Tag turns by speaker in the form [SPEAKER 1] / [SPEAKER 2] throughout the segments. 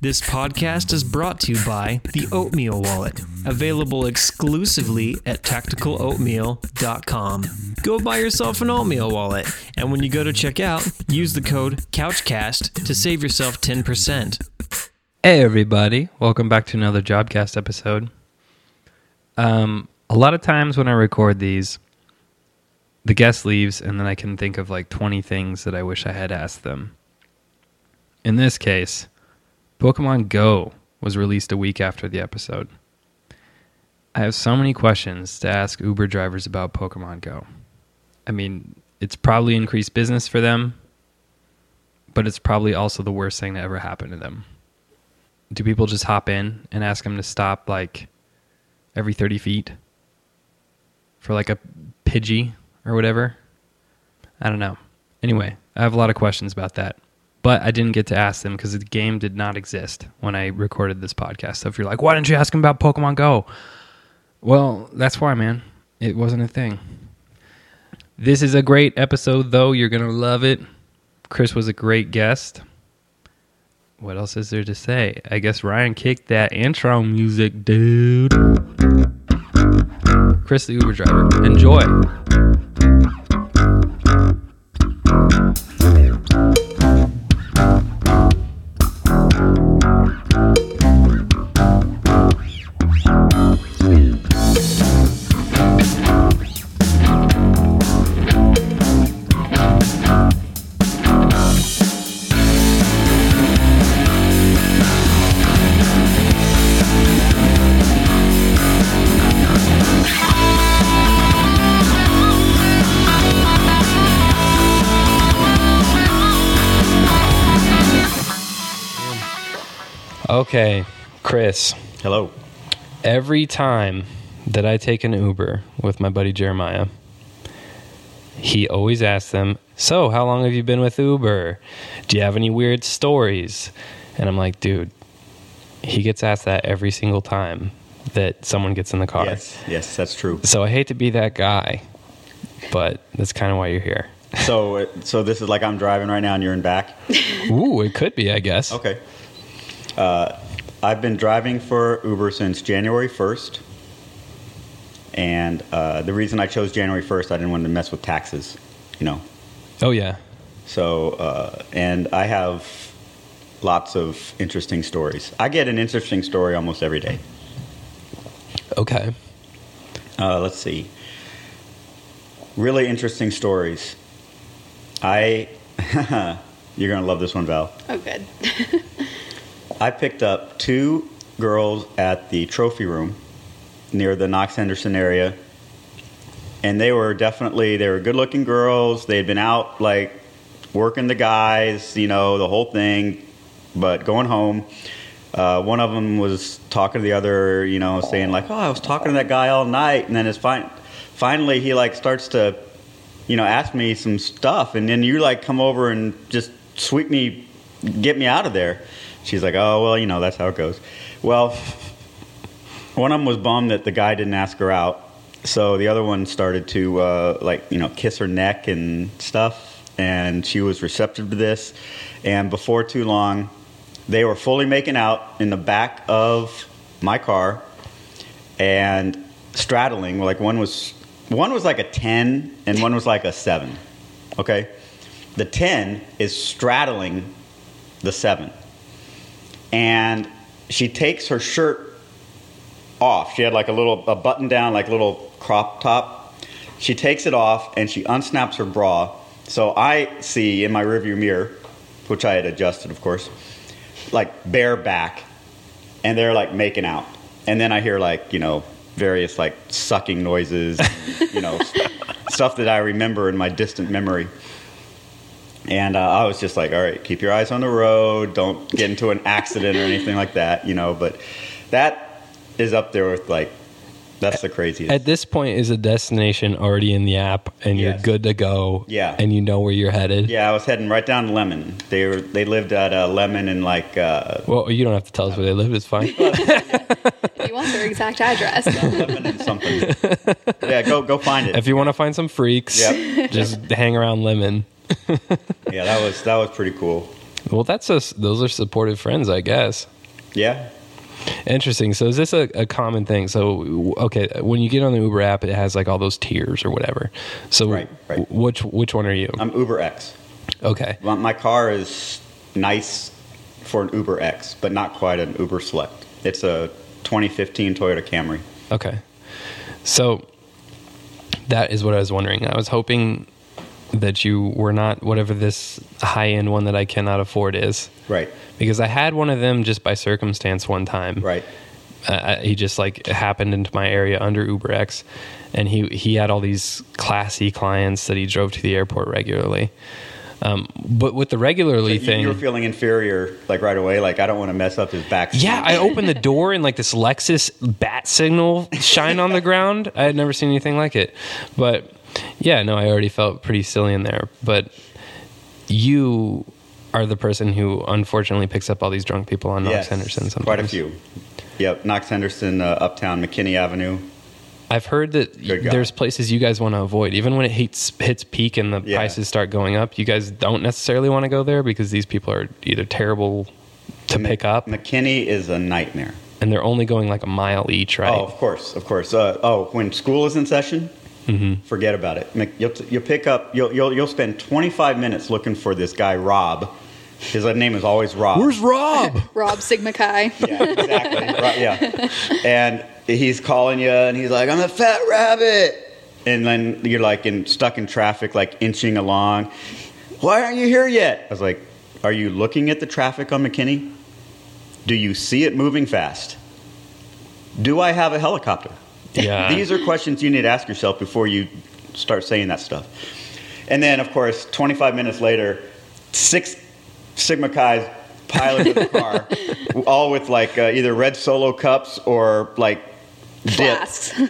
[SPEAKER 1] This podcast is brought to you by the Oatmeal Wallet, available exclusively at tacticaloatmeal.com. Go buy yourself an oatmeal wallet, and when you go to check out, use the code CouchCast to save yourself 10%.
[SPEAKER 2] Hey everybody, welcome back to another Jobcast episode. Um, a lot of times when I record these, the guest leaves and then I can think of like 20 things that I wish I had asked them. In this case, Pokemon Go was released a week after the episode. I have so many questions to ask Uber drivers about Pokemon Go. I mean, it's probably increased business for them, but it's probably also the worst thing that ever happened to them do people just hop in and ask them to stop like every 30 feet for like a pidgey or whatever i don't know anyway i have a lot of questions about that but i didn't get to ask them because the game did not exist when i recorded this podcast so if you're like why didn't you ask them about pokemon go well that's why man it wasn't a thing this is a great episode though you're gonna love it chris was a great guest what else is there to say? I guess Ryan kicked that intro music, dude. Chris the Uber driver. Enjoy. Okay, Chris.
[SPEAKER 3] Hello.
[SPEAKER 2] Every time that I take an Uber with my buddy Jeremiah, he always asks them, So, how long have you been with Uber? Do you have any weird stories? And I'm like, Dude, he gets asked that every single time that someone gets in the car.
[SPEAKER 3] Yes, yes, that's true.
[SPEAKER 2] So I hate to be that guy, but that's kind of why you're here.
[SPEAKER 3] So, uh, so this is like I'm driving right now, and you're in back.
[SPEAKER 2] Ooh, it could be, I guess.
[SPEAKER 3] Okay. Uh, I've been driving for Uber since January 1st, and uh, the reason I chose January 1st, I didn't want to mess with taxes, you know.
[SPEAKER 2] Oh yeah.
[SPEAKER 3] So, uh, and I have lots of interesting stories. I get an interesting story almost every day.
[SPEAKER 2] Okay.
[SPEAKER 3] Uh, let's see. Really interesting stories. I, you're gonna love this one, Val.
[SPEAKER 4] Oh, good.
[SPEAKER 3] I picked up two girls at the trophy room near the Knox Henderson area, and they were definitely they were good-looking girls. They had been out like working the guys, you know, the whole thing, but going home. Uh, one of them was talking to the other, you know, saying like, "Oh, I was talking to that guy all night," and then it's fine. Finally, he like starts to, you know, ask me some stuff, and then you like come over and just sweep me, get me out of there. She's like, "Oh, well, you know, that's how it goes." Well, one of them was bummed that the guy didn't ask her out, so the other one started to uh, like you know kiss her neck and stuff, and she was receptive to this. And before too long, they were fully making out in the back of my car and straddling. Like one was one was like a ten and one was like a seven. Okay, the ten is straddling the seven, and she takes her shirt off. She had like a little a button down, like little crop top. She takes it off and she unsnaps her bra. So I see in my rearview mirror, which I had adjusted, of course, like bare back, and they're like making out. And then I hear like you know various like sucking noises, and, you know, st- stuff that I remember in my distant memory. And uh, I was just like, all right, keep your eyes on the road. Don't get into an accident or anything like that, you know. But that is up there with like, that's the craziest.
[SPEAKER 2] At this point, is a destination already in the app, and you're
[SPEAKER 3] Yes.
[SPEAKER 2] good to go.
[SPEAKER 3] Yeah.
[SPEAKER 2] and you know where you're headed.
[SPEAKER 3] yeah, I was heading right down to Lemon. They were they lived at uh, Lemon and like uh,
[SPEAKER 2] Well, you don't have to tell us where they live. It's fine.
[SPEAKER 4] If you want their exact address.
[SPEAKER 3] Lemon and something. Yeah, go go find
[SPEAKER 2] if
[SPEAKER 3] it.
[SPEAKER 2] you want to find some freaks,
[SPEAKER 3] Yep.
[SPEAKER 2] just hang around Lemon.
[SPEAKER 3] Yeah, that was that was pretty cool.
[SPEAKER 2] Well, that's us. Those are supportive friends, I guess.
[SPEAKER 3] Yeah.
[SPEAKER 2] Interesting. So is this a, a common thing? So okay, when you get on the Uber app, it has like all those tiers or whatever. So
[SPEAKER 3] Right, right. Uh-huh.
[SPEAKER 2] which which one are you?
[SPEAKER 3] I'm Uber X.
[SPEAKER 2] okay.
[SPEAKER 3] My, my car is nice for an Uber X, but not quite an Uber Select. It's a 2015 Toyota Camry.
[SPEAKER 2] Okay. So that is what I was wondering. I was hoping that you were not whatever this high end one that I cannot afford is.
[SPEAKER 3] Right.
[SPEAKER 2] Because I had one of them just by circumstance one time.
[SPEAKER 3] Right.
[SPEAKER 2] Uh, I- he just like happened into my area under UberX, and he he had all these classy clients that he drove to the airport regularly. Um, but with the regularly
[SPEAKER 3] You-
[SPEAKER 2] thing,
[SPEAKER 3] You were feeling inferior, like right away. Like I don't want to mess up his back.
[SPEAKER 2] yeah, I opened the door and like this Lexus bat signal shine on the ground. I had never seen anything like it. But yeah, no, I already felt pretty silly in there. But you are the person who unfortunately picks up all these drunk people on Knox
[SPEAKER 3] Yes,
[SPEAKER 2] Henderson sometimes.
[SPEAKER 3] Quite a few. Yep. Knox Henderson, uh, Uptown, McKinney Avenue.
[SPEAKER 2] I've heard that
[SPEAKER 3] Good God.
[SPEAKER 2] there's places you guys want to avoid. Even when it hits, hits peak and the
[SPEAKER 3] Yeah.
[SPEAKER 2] prices start going up, you guys don't necessarily want to go there because these people are either terrible to
[SPEAKER 3] Ma-
[SPEAKER 2] pick up
[SPEAKER 3] McKinney is a nightmare.
[SPEAKER 2] and they're only going like a mile each, right?
[SPEAKER 3] Oh, of course, of course. Uh, oh, when school is in session,
[SPEAKER 2] Mm-hmm.
[SPEAKER 3] forget about it. Mc- You'll, you'll pick up. You'll, you'll you'll spend 25 minutes looking for this guy Rob. His name is always Rob.
[SPEAKER 2] Rob?
[SPEAKER 4] Rob Sigma Chi.
[SPEAKER 3] Yeah, exactly. right, yeah. And he's calling you, and he's like, "I'm a fat rabbit," and then you're like in stuck in traffic, like inching along. Why aren't you here yet? I was like, "Are you looking at the traffic on McKinney? Do you see it moving fast? Do I have a helicopter?"
[SPEAKER 2] yeah.
[SPEAKER 3] These are questions you need to ask yourself before you start saying that stuff. And then, of course, 25 minutes later, six Sigma Chi's piled into the car, all with like uh, either red solo cups or like dips.
[SPEAKER 4] Flasks.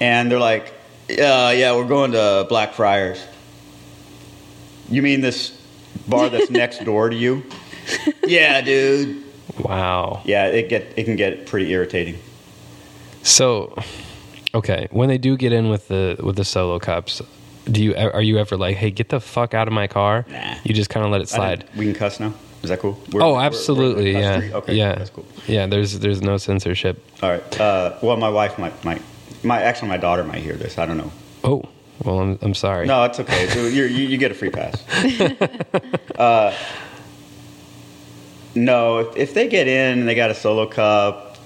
[SPEAKER 3] And they're like, yeah, yeah, we're going to Blackfriars. You mean this bar that's next door to you? yeah, dude.
[SPEAKER 2] wow.
[SPEAKER 3] Yeah, it get it can get pretty irritating.
[SPEAKER 2] So, okay, when they do get in with the with the solo cups, do you e, are you ever like, hey, get the fuck out of my car?
[SPEAKER 3] Nah.
[SPEAKER 2] You just kind of let it
[SPEAKER 3] I
[SPEAKER 2] slide.
[SPEAKER 3] didn't- We can cuss now. Is that cool? We're-
[SPEAKER 2] Oh,
[SPEAKER 3] we're- we're-
[SPEAKER 2] absolutely,
[SPEAKER 3] cuss
[SPEAKER 2] yeah,
[SPEAKER 3] free? Okay,
[SPEAKER 2] yeah,
[SPEAKER 3] that's cool.
[SPEAKER 2] yeah. There's there's no censorship.
[SPEAKER 3] All right. Uh, well, my wife might, might, my actually my daughter might hear this. I don't know.
[SPEAKER 2] Oh, well, I'm I'm sorry.
[SPEAKER 3] No, it's okay. So you're, you you get a free pass. uh, no, if, if they get in and they got a solo cup,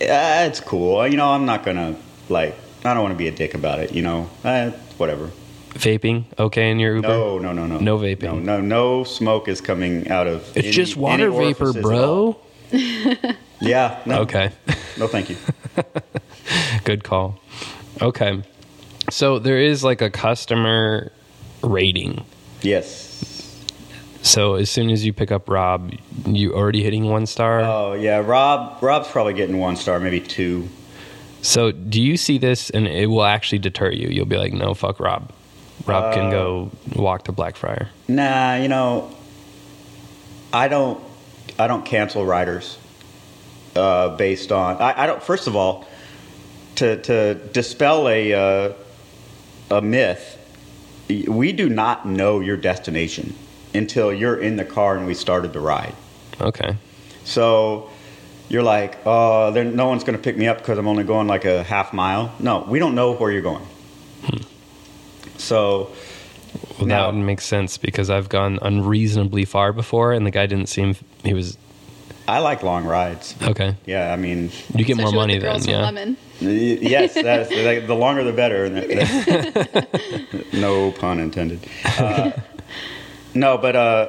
[SPEAKER 3] uh, it's cool. You know, I'm not gonna like. I don't want to be a dick about it. You know, uh, whatever.
[SPEAKER 2] Vaping, okay, in your Uber?
[SPEAKER 3] No, no, no, no.
[SPEAKER 2] No vaping.
[SPEAKER 3] No, no, no smoke is coming out of.
[SPEAKER 2] It's
[SPEAKER 3] any-
[SPEAKER 2] just water
[SPEAKER 3] any
[SPEAKER 2] vapor,
[SPEAKER 3] orifices at all.
[SPEAKER 2] bro.
[SPEAKER 3] Yeah. No,
[SPEAKER 2] Okay.
[SPEAKER 3] No, thank you.
[SPEAKER 2] Good call. Okay. So there is like a customer rating.
[SPEAKER 3] Yes.
[SPEAKER 2] So as soon as you pick up Rob, you already hitting one star.
[SPEAKER 3] Oh yeah, Rob. Rob's probably getting one star, maybe two.
[SPEAKER 2] So, do you see this and it will actually deter you? You'll be like, no, fuck Rob. Rob can go
[SPEAKER 3] Uh,
[SPEAKER 2] walk to Blackfriar.
[SPEAKER 3] Nah, you know, I don't. I don't cancel riders uh, based on. I, I don't. First of all, to to dispel a uh, a myth, y- we do not know your destination until you're in the car and we started the ride.
[SPEAKER 2] Okay.
[SPEAKER 3] So you're like, oh, there, no one's going to pick me up because I'm only going like a half mile. No, we don't know where you're going. So
[SPEAKER 2] Well, that
[SPEAKER 3] Now-
[SPEAKER 2] would make sense because I've gone unreasonably far before and the guy didn't seem, he was,
[SPEAKER 3] I like long rides.
[SPEAKER 2] okay.
[SPEAKER 3] Yeah, I mean,
[SPEAKER 2] You get more
[SPEAKER 4] Especially with
[SPEAKER 2] money
[SPEAKER 4] the
[SPEAKER 2] then,
[SPEAKER 4] girls with
[SPEAKER 2] yeah.
[SPEAKER 4] Lemon.
[SPEAKER 3] y- yes, that's, like, the longer the better. and that- that's- no pun intended. Uh, no, but uh,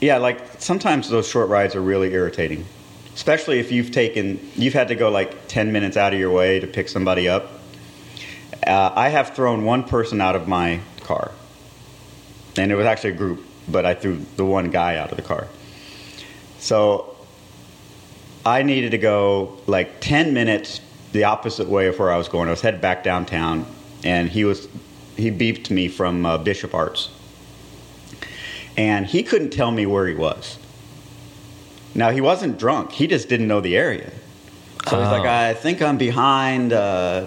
[SPEAKER 3] yeah, like sometimes those short rides are really irritating, especially if you've taken, you've had to go like 10 minutes out of your way to pick somebody up. Uh, I have thrown one person out of my car, and it was actually a group, but I threw the one guy out of the car. So I needed to go like 10 minutes the opposite way of where I was going. I was headed back downtown, and he was he beeped me from uh, Bishop Arts, and he couldn't tell me where he was. Now he wasn't drunk; he just didn't know the area. So he's
[SPEAKER 2] Oh.
[SPEAKER 3] like, "I think I'm behind." Uh,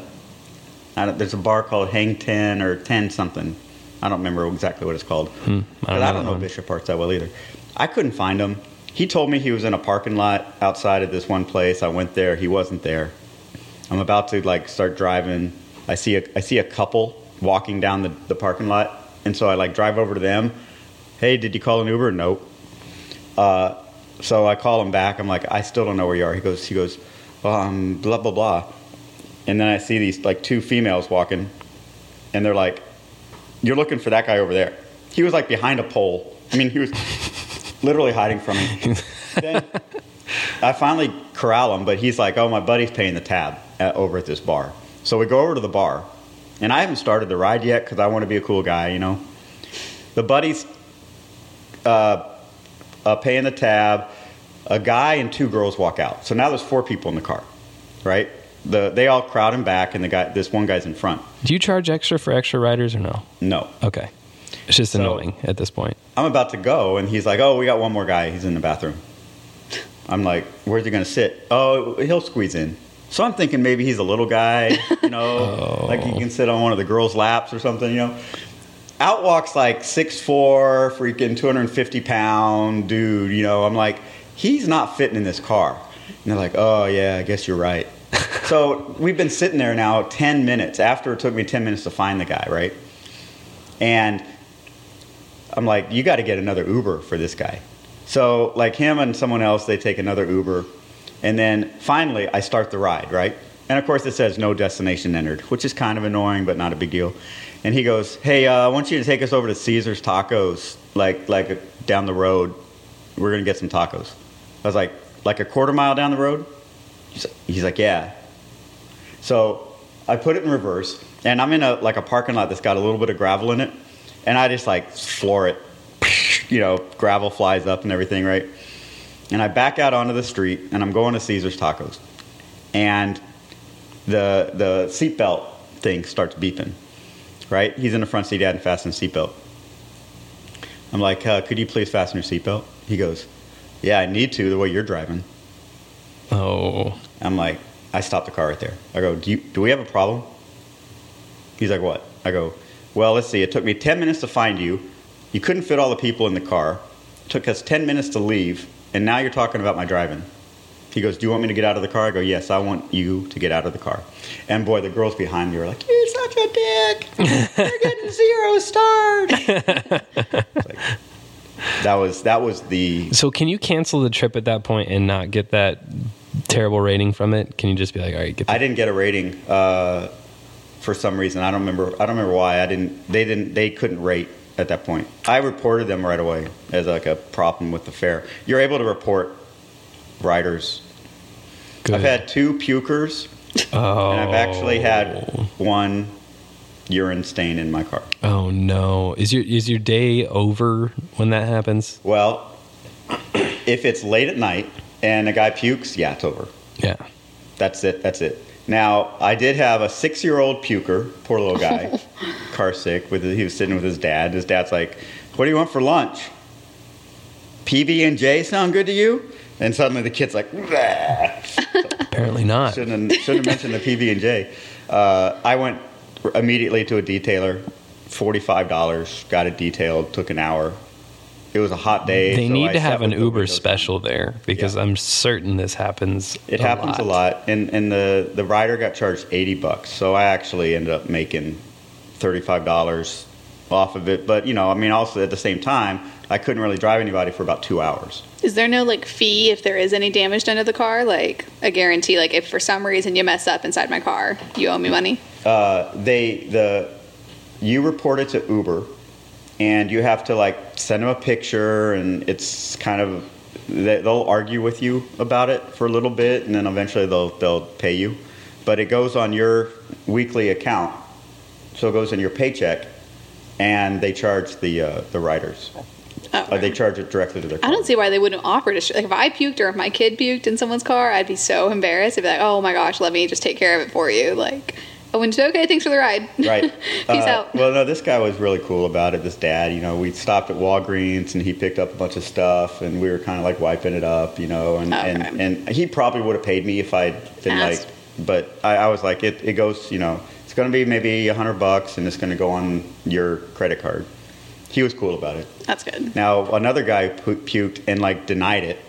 [SPEAKER 3] I don't, there's a bar called Hang Ten or Ten something. I don't remember exactly what it's called.
[SPEAKER 2] Hmm, I don't
[SPEAKER 3] But I
[SPEAKER 2] know
[SPEAKER 3] don't
[SPEAKER 2] that
[SPEAKER 3] know
[SPEAKER 2] one.
[SPEAKER 3] Bishop Arts that well either. I couldn't find him. He told me he was in a parking lot outside of this one place. I went there. He wasn't there. I'm about to like start driving. I see a I see a couple walking down the, the parking lot, and so I like drive over to them. Hey, did you call an Uber? Nope. Uh, so I call him back. I'm like, I still don't know where you are. He goes, he goes, um, blah blah blah. And then I see these like two females walking, and they're like, "You're looking for that guy over there." He was like behind a pole. I mean, he was literally hiding from me. then I finally corral him, but he's like, "Oh, my buddy's paying the tab at, over at this bar." So we go over to the bar, and I haven't started the ride yet because I want to be a cool guy, you know. The buddy's uh, uh, paying the tab. A guy and two girls walk out. So now there's four people in the car, right? The, they all crowd him back, and the guy, this one guy's in front.
[SPEAKER 2] Do you charge extra for extra riders or no?
[SPEAKER 3] No,
[SPEAKER 2] Okay. It's just
[SPEAKER 3] So-
[SPEAKER 2] annoying at this point.
[SPEAKER 3] I'm about to go, and he's like, "Oh, we got one more guy. He's in the bathroom." I'm like, "Where's he gonna sit? Oh, he'll squeeze in." So I'm thinking maybe he's a little guy, you know, like he can sit on one of the girls' laps or something, you know. Out walks like 6'4", freaking 250 pound dude, you know. I'm like, he's not fitting in this car. And they're like, oh, yeah, I guess you're right. so we've been sitting there now 10 minutes after it took me 10 minutes to find the guy, right? And I'm like, you got to get another Uber for this guy. So, like him and someone else, they take another Uber. And then finally, I start the ride, right? And of course, it says no destination entered, which is kind of annoying, but not a big deal. And he goes, Hey, uh, I want you to take us over to Caesar's Tacos, like, like uh, down the road. We're going to get some tacos. I was like, Like a quarter mile down the road? He's- He's like, Yeah. So I put it in reverse, and I'm in a like a parking lot that's got a little bit of gravel in it, and I just like floor it. You know, gravel flies up and everything, right? And I back out onto the street, and I'm going to Caesar's Tacos, and the the seatbelt thing starts beeping. Right? He's in the front seat, hadn't fastened his seatbelt. I'm like, uh, could you please fasten your seatbelt? He goes, Yeah, I need to the way you're driving.
[SPEAKER 2] Oh.
[SPEAKER 3] I'm like, I stopped the car right there. I go, do, you, do we have a problem? He's like, what? I go, well, let's see. It took me 10 minutes to find you. You couldn't fit all the people in the car. It took us 10 minutes to leave. And now you're talking about my driving. He goes, do you want me to get out of the car? I go, yes, I want you to get out of the car. And boy, the girls behind me were like, you're such a dick. You're getting zero stars. It's like, that was, that was the,
[SPEAKER 2] So can you cancel the trip at that point and not get that terrible rating from it? Can you just be like, all right, get the
[SPEAKER 3] I didn't get a rating uh, for some reason. I don't remember. I don't remember why. I didn't. They didn't. They couldn't rate at that point. I reported them right away as like a problem with the fare. You're able to report riders.
[SPEAKER 2] good.
[SPEAKER 3] I've had two pukers,
[SPEAKER 2] oh,
[SPEAKER 3] and I've actually had one urine stain in my car.
[SPEAKER 2] Oh no. Is your is your day over when that happens?
[SPEAKER 3] Well, if it's late at night and a guy pukes, yeah, it's over.
[SPEAKER 2] Yeah.
[SPEAKER 3] That's it. That's it. Now, I did have a six-year-old puker, poor little guy, car sick. With he was sitting with his dad. His dad's like, "What do you want for lunch? PB and J sound good to you?" And suddenly the kid's like, "Bleh."
[SPEAKER 2] Apparently not.
[SPEAKER 3] "Shouldn't have, shouldn't have mentioned the PB and J." Uh, I went immediately to a detailer, forty-five dollars. Got it detailed. Took an hour. It was a hot day.
[SPEAKER 2] They
[SPEAKER 3] so I
[SPEAKER 2] need to
[SPEAKER 3] sat
[SPEAKER 2] have an
[SPEAKER 3] with the
[SPEAKER 2] Uber
[SPEAKER 3] windows down.
[SPEAKER 2] special there because
[SPEAKER 3] Yeah.
[SPEAKER 2] I'm certain this happens.
[SPEAKER 3] It happens a lot, and and the the rider got charged eighty bucks, so I actually ended up making thirty five dollars off of it. But you know, I mean, also at the same time, I couldn't really drive anybody for about two hours.
[SPEAKER 4] Is there no like fee if there is any damage done to the car? Like a guarantee, like if for some reason you mess up inside my car, you owe me money.
[SPEAKER 3] Uh, they the you report it to Uber, and you have to like send them a picture, and it's kind of they- they'll argue with you about it for a little bit, and then eventually they'll they'll pay you. But it goes on your weekly account, so it goes in your paycheck, and they charge the uh, the riders.
[SPEAKER 4] Oh.
[SPEAKER 3] Uh, they charge it directly to their.
[SPEAKER 4] I
[SPEAKER 3] card.
[SPEAKER 4] don't see why they wouldn't offer to. Sh- like if I puked or if my kid puked in someone's car, I'd be so embarrassed. I'd be like, oh my gosh, let me just take care of it for you. Like, oh, and okay, thanks for the ride.
[SPEAKER 3] Right.
[SPEAKER 4] Peace
[SPEAKER 3] Uh,
[SPEAKER 4] out.
[SPEAKER 3] Well, no, this guy was really cool about it. This dad, you know, we stopped at Walgreens and he picked up a bunch of stuff and we were kind of like wiping it up, you know, and, and,
[SPEAKER 4] Okay.
[SPEAKER 3] and he probably would have paid me if I'd been
[SPEAKER 4] Asked.
[SPEAKER 3] like, but I, I was like, it, it goes, you know, it's going to be maybe a hundred bucks and it's going to go on your credit card. He was cool about it.
[SPEAKER 4] That's good.
[SPEAKER 3] Now another guy pu- puked and like denied it.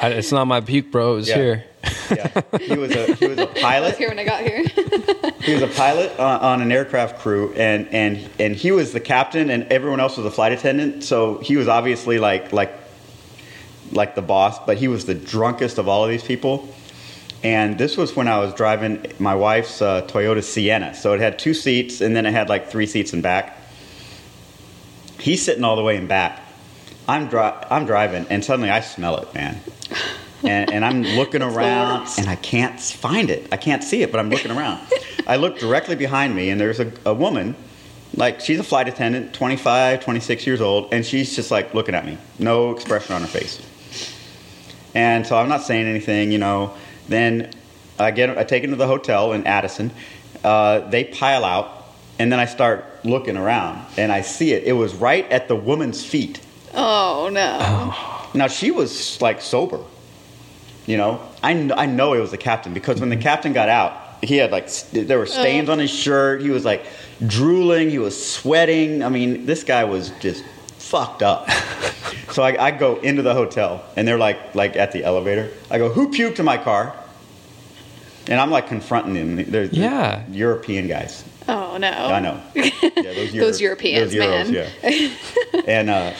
[SPEAKER 2] I, it's not my puke, bro. It was
[SPEAKER 3] Yeah.
[SPEAKER 2] here.
[SPEAKER 3] Yeah, he was a he was a
[SPEAKER 4] I was
[SPEAKER 3] pilot.
[SPEAKER 4] here when I got here.
[SPEAKER 3] He was a pilot on, on an aircraft crew, and and and he was the captain, and everyone else was a flight attendant. So he was obviously like like like the boss, but he was the drunkest of all of these people. And this was when I was driving my wife's uh, Toyota Sienna. So it had two seats, and then it had like three seats in back. He's sitting all the way in back. I'm dri- I'm driving, and suddenly I smell it, man. And, and I'm looking
[SPEAKER 4] the
[SPEAKER 3] around,
[SPEAKER 4] worst.
[SPEAKER 3] and I can't find it. I can't see it, but I'm looking around. I look directly behind me, and there's a, a woman, like she's a flight attendant, 25, 26 years old, and she's just like looking at me, no expression on her face. And so I'm not saying anything, you know. Then I get, I take him to the hotel in Addison. Uh, they pile out, and then I start looking around, and I see it. It was right at the woman's feet.
[SPEAKER 4] oh no.
[SPEAKER 3] Now she was like sober, you know. I, kn- I know it was the captain because when the captain got out, he had like st- there were stains on his shirt. He was like drooling. He was sweating. I mean, this guy was just fucked up. so I, I go into the hotel and they're like like at the elevator. I go, who puked in my car? And I'm like confronting them. They're, they're
[SPEAKER 2] Yeah.
[SPEAKER 3] European guys.
[SPEAKER 4] Oh no.
[SPEAKER 3] I know. Yeah, those, Euro-
[SPEAKER 4] Those Europeans,
[SPEAKER 3] those Euros,
[SPEAKER 4] man.
[SPEAKER 3] Yeah. and uh,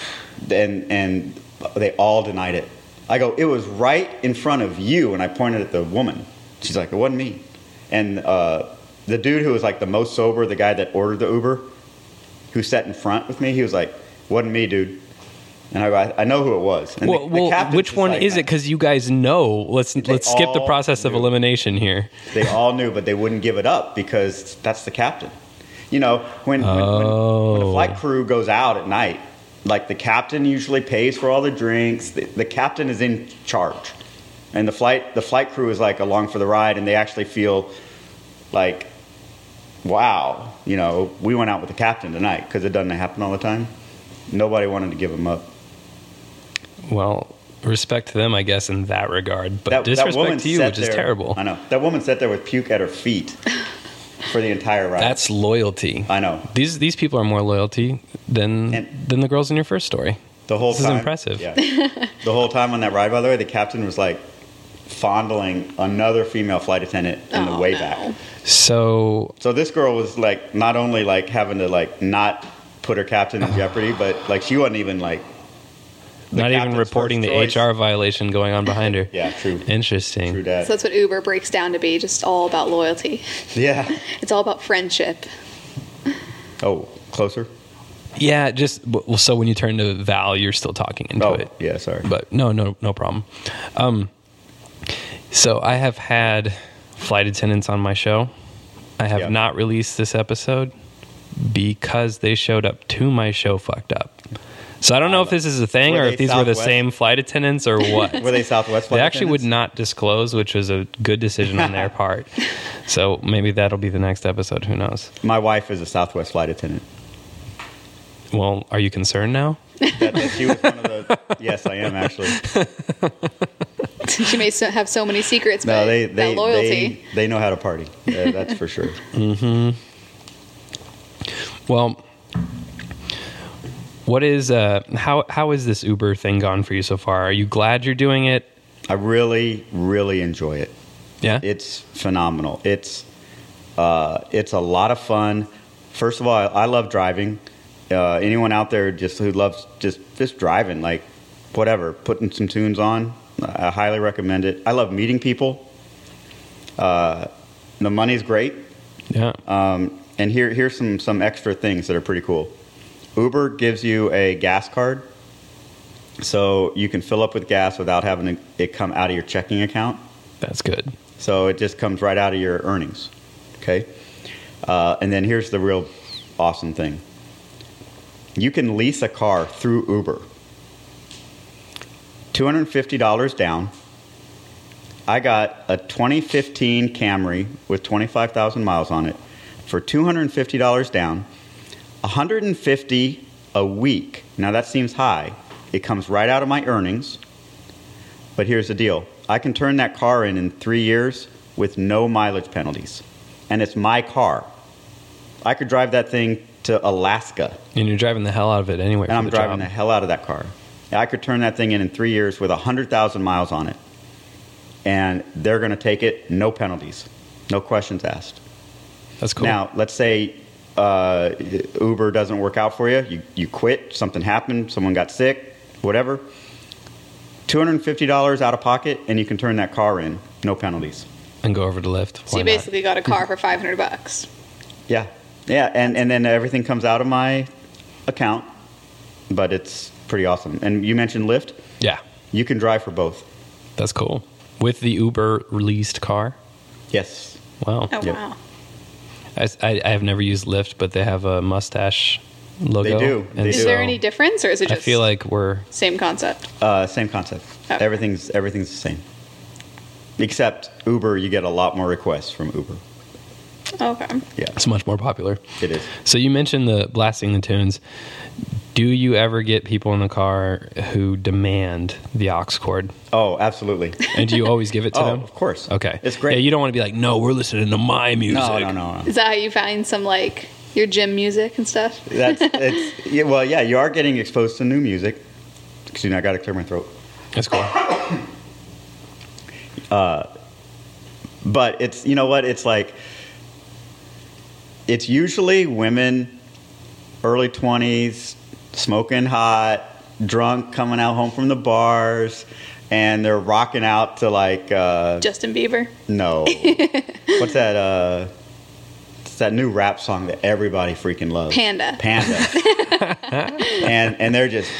[SPEAKER 3] and and they all denied it. I go, it was right in front of you, and I pointed at the woman. She's like, it wasn't me. And uh, the dude who was like the most sober, the guy that ordered the Uber, who sat in front with me, he was like, wasn't me, dude. And I go, I, I know who it was. And the-
[SPEAKER 2] well,
[SPEAKER 3] the
[SPEAKER 2] well
[SPEAKER 3] captain's
[SPEAKER 2] which
[SPEAKER 3] just
[SPEAKER 2] one
[SPEAKER 3] like-
[SPEAKER 2] is it? Because you guys know. Let's let's skip the
[SPEAKER 3] all
[SPEAKER 2] process of
[SPEAKER 3] knew.
[SPEAKER 2] elimination here.
[SPEAKER 3] They all knew, but they wouldn't give it up because that's the captain. You know, when, when- when, when
[SPEAKER 2] Oh.
[SPEAKER 3] a flight crew goes out at night, like the captain usually pays for all the drinks. The, the captain is in charge, and the flight the flight crew is like along for the ride, and they actually feel like, wow, you know, we went out with the captain tonight because it doesn't happen all the time. Nobody wanted to give him up.
[SPEAKER 2] Well, respect to them, I guess, in that regard. But
[SPEAKER 3] that, that
[SPEAKER 2] disrespect
[SPEAKER 3] woman
[SPEAKER 2] to you,
[SPEAKER 3] sat
[SPEAKER 2] which is
[SPEAKER 3] there-
[SPEAKER 2] terrible.
[SPEAKER 3] I know that woman sat there with puke at her feet for the entire ride.
[SPEAKER 2] That's loyalty.
[SPEAKER 3] I know.
[SPEAKER 2] These these people are more loyalty than
[SPEAKER 3] And-
[SPEAKER 2] than the girls in your first story.
[SPEAKER 3] The whole
[SPEAKER 2] This is
[SPEAKER 3] time,
[SPEAKER 2] impressive.
[SPEAKER 3] Yeah, the whole time on that ride, by the way, the captain was like fondling another female flight attendant in the
[SPEAKER 4] Oh,
[SPEAKER 3] way
[SPEAKER 4] no.
[SPEAKER 3] back.
[SPEAKER 2] So
[SPEAKER 3] So this girl was like not only like having to like not put her captain in jeopardy, but like she wasn't even like
[SPEAKER 2] not even
[SPEAKER 3] captain's
[SPEAKER 2] reporting the
[SPEAKER 3] first choice.
[SPEAKER 2] HR violation going on behind her.
[SPEAKER 3] yeah, true,
[SPEAKER 2] Interesting.
[SPEAKER 3] true dad.
[SPEAKER 4] So that's what Uber breaks down to be, just all about loyalty.
[SPEAKER 3] yeah.
[SPEAKER 4] It's all about friendship.
[SPEAKER 3] Oh, closer.
[SPEAKER 2] Yeah, just well, so when you turn to Val, you're still talking into
[SPEAKER 3] Oh,
[SPEAKER 2] it.
[SPEAKER 3] yeah. Sorry.
[SPEAKER 2] But no, no, no problem. Um, so I have had flight attendants on my show. I have
[SPEAKER 3] Yeah.
[SPEAKER 2] not released this episode because they showed up to my show fucked up. So I don't know if this is a thing
[SPEAKER 3] Were
[SPEAKER 2] or
[SPEAKER 3] they
[SPEAKER 2] if these were the
[SPEAKER 3] Southwest?
[SPEAKER 2] same flight attendants or what.
[SPEAKER 3] Were they Southwest?
[SPEAKER 2] they
[SPEAKER 3] flight
[SPEAKER 2] actually would
[SPEAKER 3] attendants?
[SPEAKER 2] not disclose, which was a good decision on their part. So maybe that'll be the next episode. Who knows?
[SPEAKER 3] My wife is a Southwest flight attendant.
[SPEAKER 2] Well, are you concerned now?
[SPEAKER 3] That, that she was one of the. yes, I am actually.
[SPEAKER 4] she may so- have so many secrets,
[SPEAKER 3] No,
[SPEAKER 4] but
[SPEAKER 3] they they
[SPEAKER 4] that loyalty.
[SPEAKER 3] they, they know how to party. Yeah, that's for sure.
[SPEAKER 2] Well, what is uh how how is this Uber thing gone for you so far? Are you glad you're doing it?
[SPEAKER 3] I really, really enjoy it.
[SPEAKER 2] Yeah.
[SPEAKER 3] It's phenomenal. It's uh, it's a lot of fun. First of all, I, I love driving. Uh, anyone out there just who loves just just driving, like whatever, putting some tunes on, I highly recommend it. I love meeting people. Uh, the money's great.
[SPEAKER 2] yeah.
[SPEAKER 3] Um, and here, here's some, some extra things that are pretty cool. Uber gives you a gas card, so you can fill up with gas without having to, it come out of your checking account.
[SPEAKER 2] That's good.
[SPEAKER 3] So it just comes right out of your earnings. Okay? Uh, and then here's the real awesome thing you can lease a car through Uber. $250 down. I got a 2015 Camry with 25,000 miles on it for $250 down, 150 a week. Now that seems high. It comes right out of my earnings. But here's the deal I can turn that car in in three years with no mileage penalties. And it's my car. I could drive that thing to Alaska,
[SPEAKER 2] And you're driving the hell out of it anyway.
[SPEAKER 3] and
[SPEAKER 2] for
[SPEAKER 3] I'm
[SPEAKER 2] the
[SPEAKER 3] driving
[SPEAKER 2] job.
[SPEAKER 3] the hell out of that car. I could turn that thing in in three years with 100,000 miles on it, and they're going to take it, no penalties, no questions asked.
[SPEAKER 2] That's cool.
[SPEAKER 3] Now, let's say uh, Uber doesn't work out for you. you, you quit, something happened, someone got sick, whatever. $250 out of pocket, and you can turn that car in, no penalties.
[SPEAKER 2] and go over to Lyft.
[SPEAKER 4] So
[SPEAKER 2] Why
[SPEAKER 4] you
[SPEAKER 2] not?
[SPEAKER 4] basically got a car for 500 bucks.
[SPEAKER 3] Yeah, yeah, and, and then everything comes out of my account, but it's pretty awesome. And you mentioned Lyft,
[SPEAKER 2] Yeah,
[SPEAKER 3] you can drive for both.
[SPEAKER 2] that's cool. With the Uber leased car.
[SPEAKER 3] Yes.
[SPEAKER 2] Wow.
[SPEAKER 4] Oh
[SPEAKER 3] Yep.
[SPEAKER 4] wow.
[SPEAKER 2] I, I, I have never used Lyft, but they have a mustache logo.
[SPEAKER 3] They do.
[SPEAKER 2] And
[SPEAKER 3] They
[SPEAKER 4] Is
[SPEAKER 3] do.
[SPEAKER 4] there any difference, or is it
[SPEAKER 2] I
[SPEAKER 4] just
[SPEAKER 2] feel like we're
[SPEAKER 4] same concept?
[SPEAKER 3] Uh, same concept.
[SPEAKER 4] Okay.
[SPEAKER 3] Everything's everything's the same. Except Uber, you get a lot more requests from Uber.
[SPEAKER 4] Okay.
[SPEAKER 3] Yeah,
[SPEAKER 2] it's much more popular.
[SPEAKER 3] it is.
[SPEAKER 2] So you mentioned the blasting the tunes. Do you ever get people in the car who demand the aux cord?
[SPEAKER 3] Oh, absolutely.
[SPEAKER 2] And do you always give it to
[SPEAKER 3] Oh,
[SPEAKER 2] them?
[SPEAKER 3] of course.
[SPEAKER 2] Okay.
[SPEAKER 3] It's great.
[SPEAKER 2] Yeah, you don't want to be like, no, we're listening to my music.
[SPEAKER 3] no, no, no, no.
[SPEAKER 4] Is that how you find some like your gym music and stuff?
[SPEAKER 3] That's it's yeah, well, yeah. You are getting exposed to new music. Excuse me, I got to clear my throat.
[SPEAKER 2] That's cool.
[SPEAKER 3] But it's you know what? It's like it's usually women, early twenties, smoking hot, drunk, coming out home from the bars, and they're rocking out to like uh,
[SPEAKER 4] Justin Bieber.
[SPEAKER 3] no, what's that? Uh, it's that new rap song that everybody freaking loves.
[SPEAKER 4] Panda.
[SPEAKER 3] Panda. and and they're just,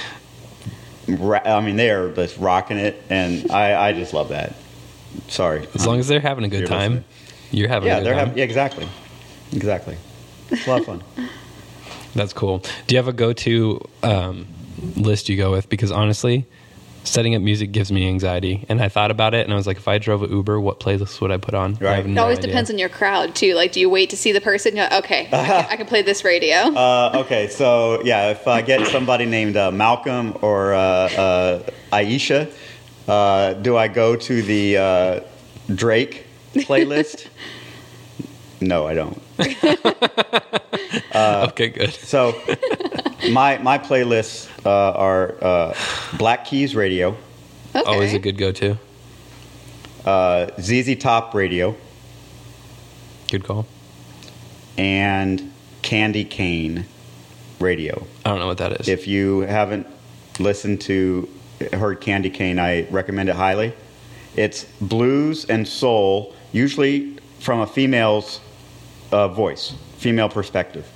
[SPEAKER 3] ra- I mean, they're just rocking it, and I I just love that. Sorry.
[SPEAKER 2] As long as they're having a good
[SPEAKER 3] You're
[SPEAKER 2] time,
[SPEAKER 3] listening.
[SPEAKER 2] you're having a
[SPEAKER 3] yeah,
[SPEAKER 2] good
[SPEAKER 3] they're
[SPEAKER 2] time.
[SPEAKER 3] having, yeah, exactly, exactly. It's a lot of fun.
[SPEAKER 2] That's cool. Do you have a go to um, list you go with? Because honestly, setting up music gives me anxiety. And I thought about it and I was like, if I drove an Uber, what playlist would I put on?
[SPEAKER 3] Right.
[SPEAKER 4] It always depends on your crowd too. Like, do you wait to see the person? You're like, okay, I, can, I can play this radio.
[SPEAKER 3] Uh, okay, so yeah, if I get somebody named uh, Malcolm or uh, uh, Aisha, uh, do I go to the uh, Drake playlist? no, I don't. Uh,
[SPEAKER 2] okay, good.
[SPEAKER 3] So my my playlists uh, are uh, Black Keys Radio,
[SPEAKER 4] okay.
[SPEAKER 2] Always a good go to.
[SPEAKER 3] uh, ZZ Top Radio,
[SPEAKER 2] Good call.
[SPEAKER 3] and Candy Cane Radio.
[SPEAKER 2] I don't know what that is.
[SPEAKER 3] If you haven't listened to uh, heard Candy Cane, I recommend it highly. It's blues and soul, usually from a female's uh, voice, female perspective.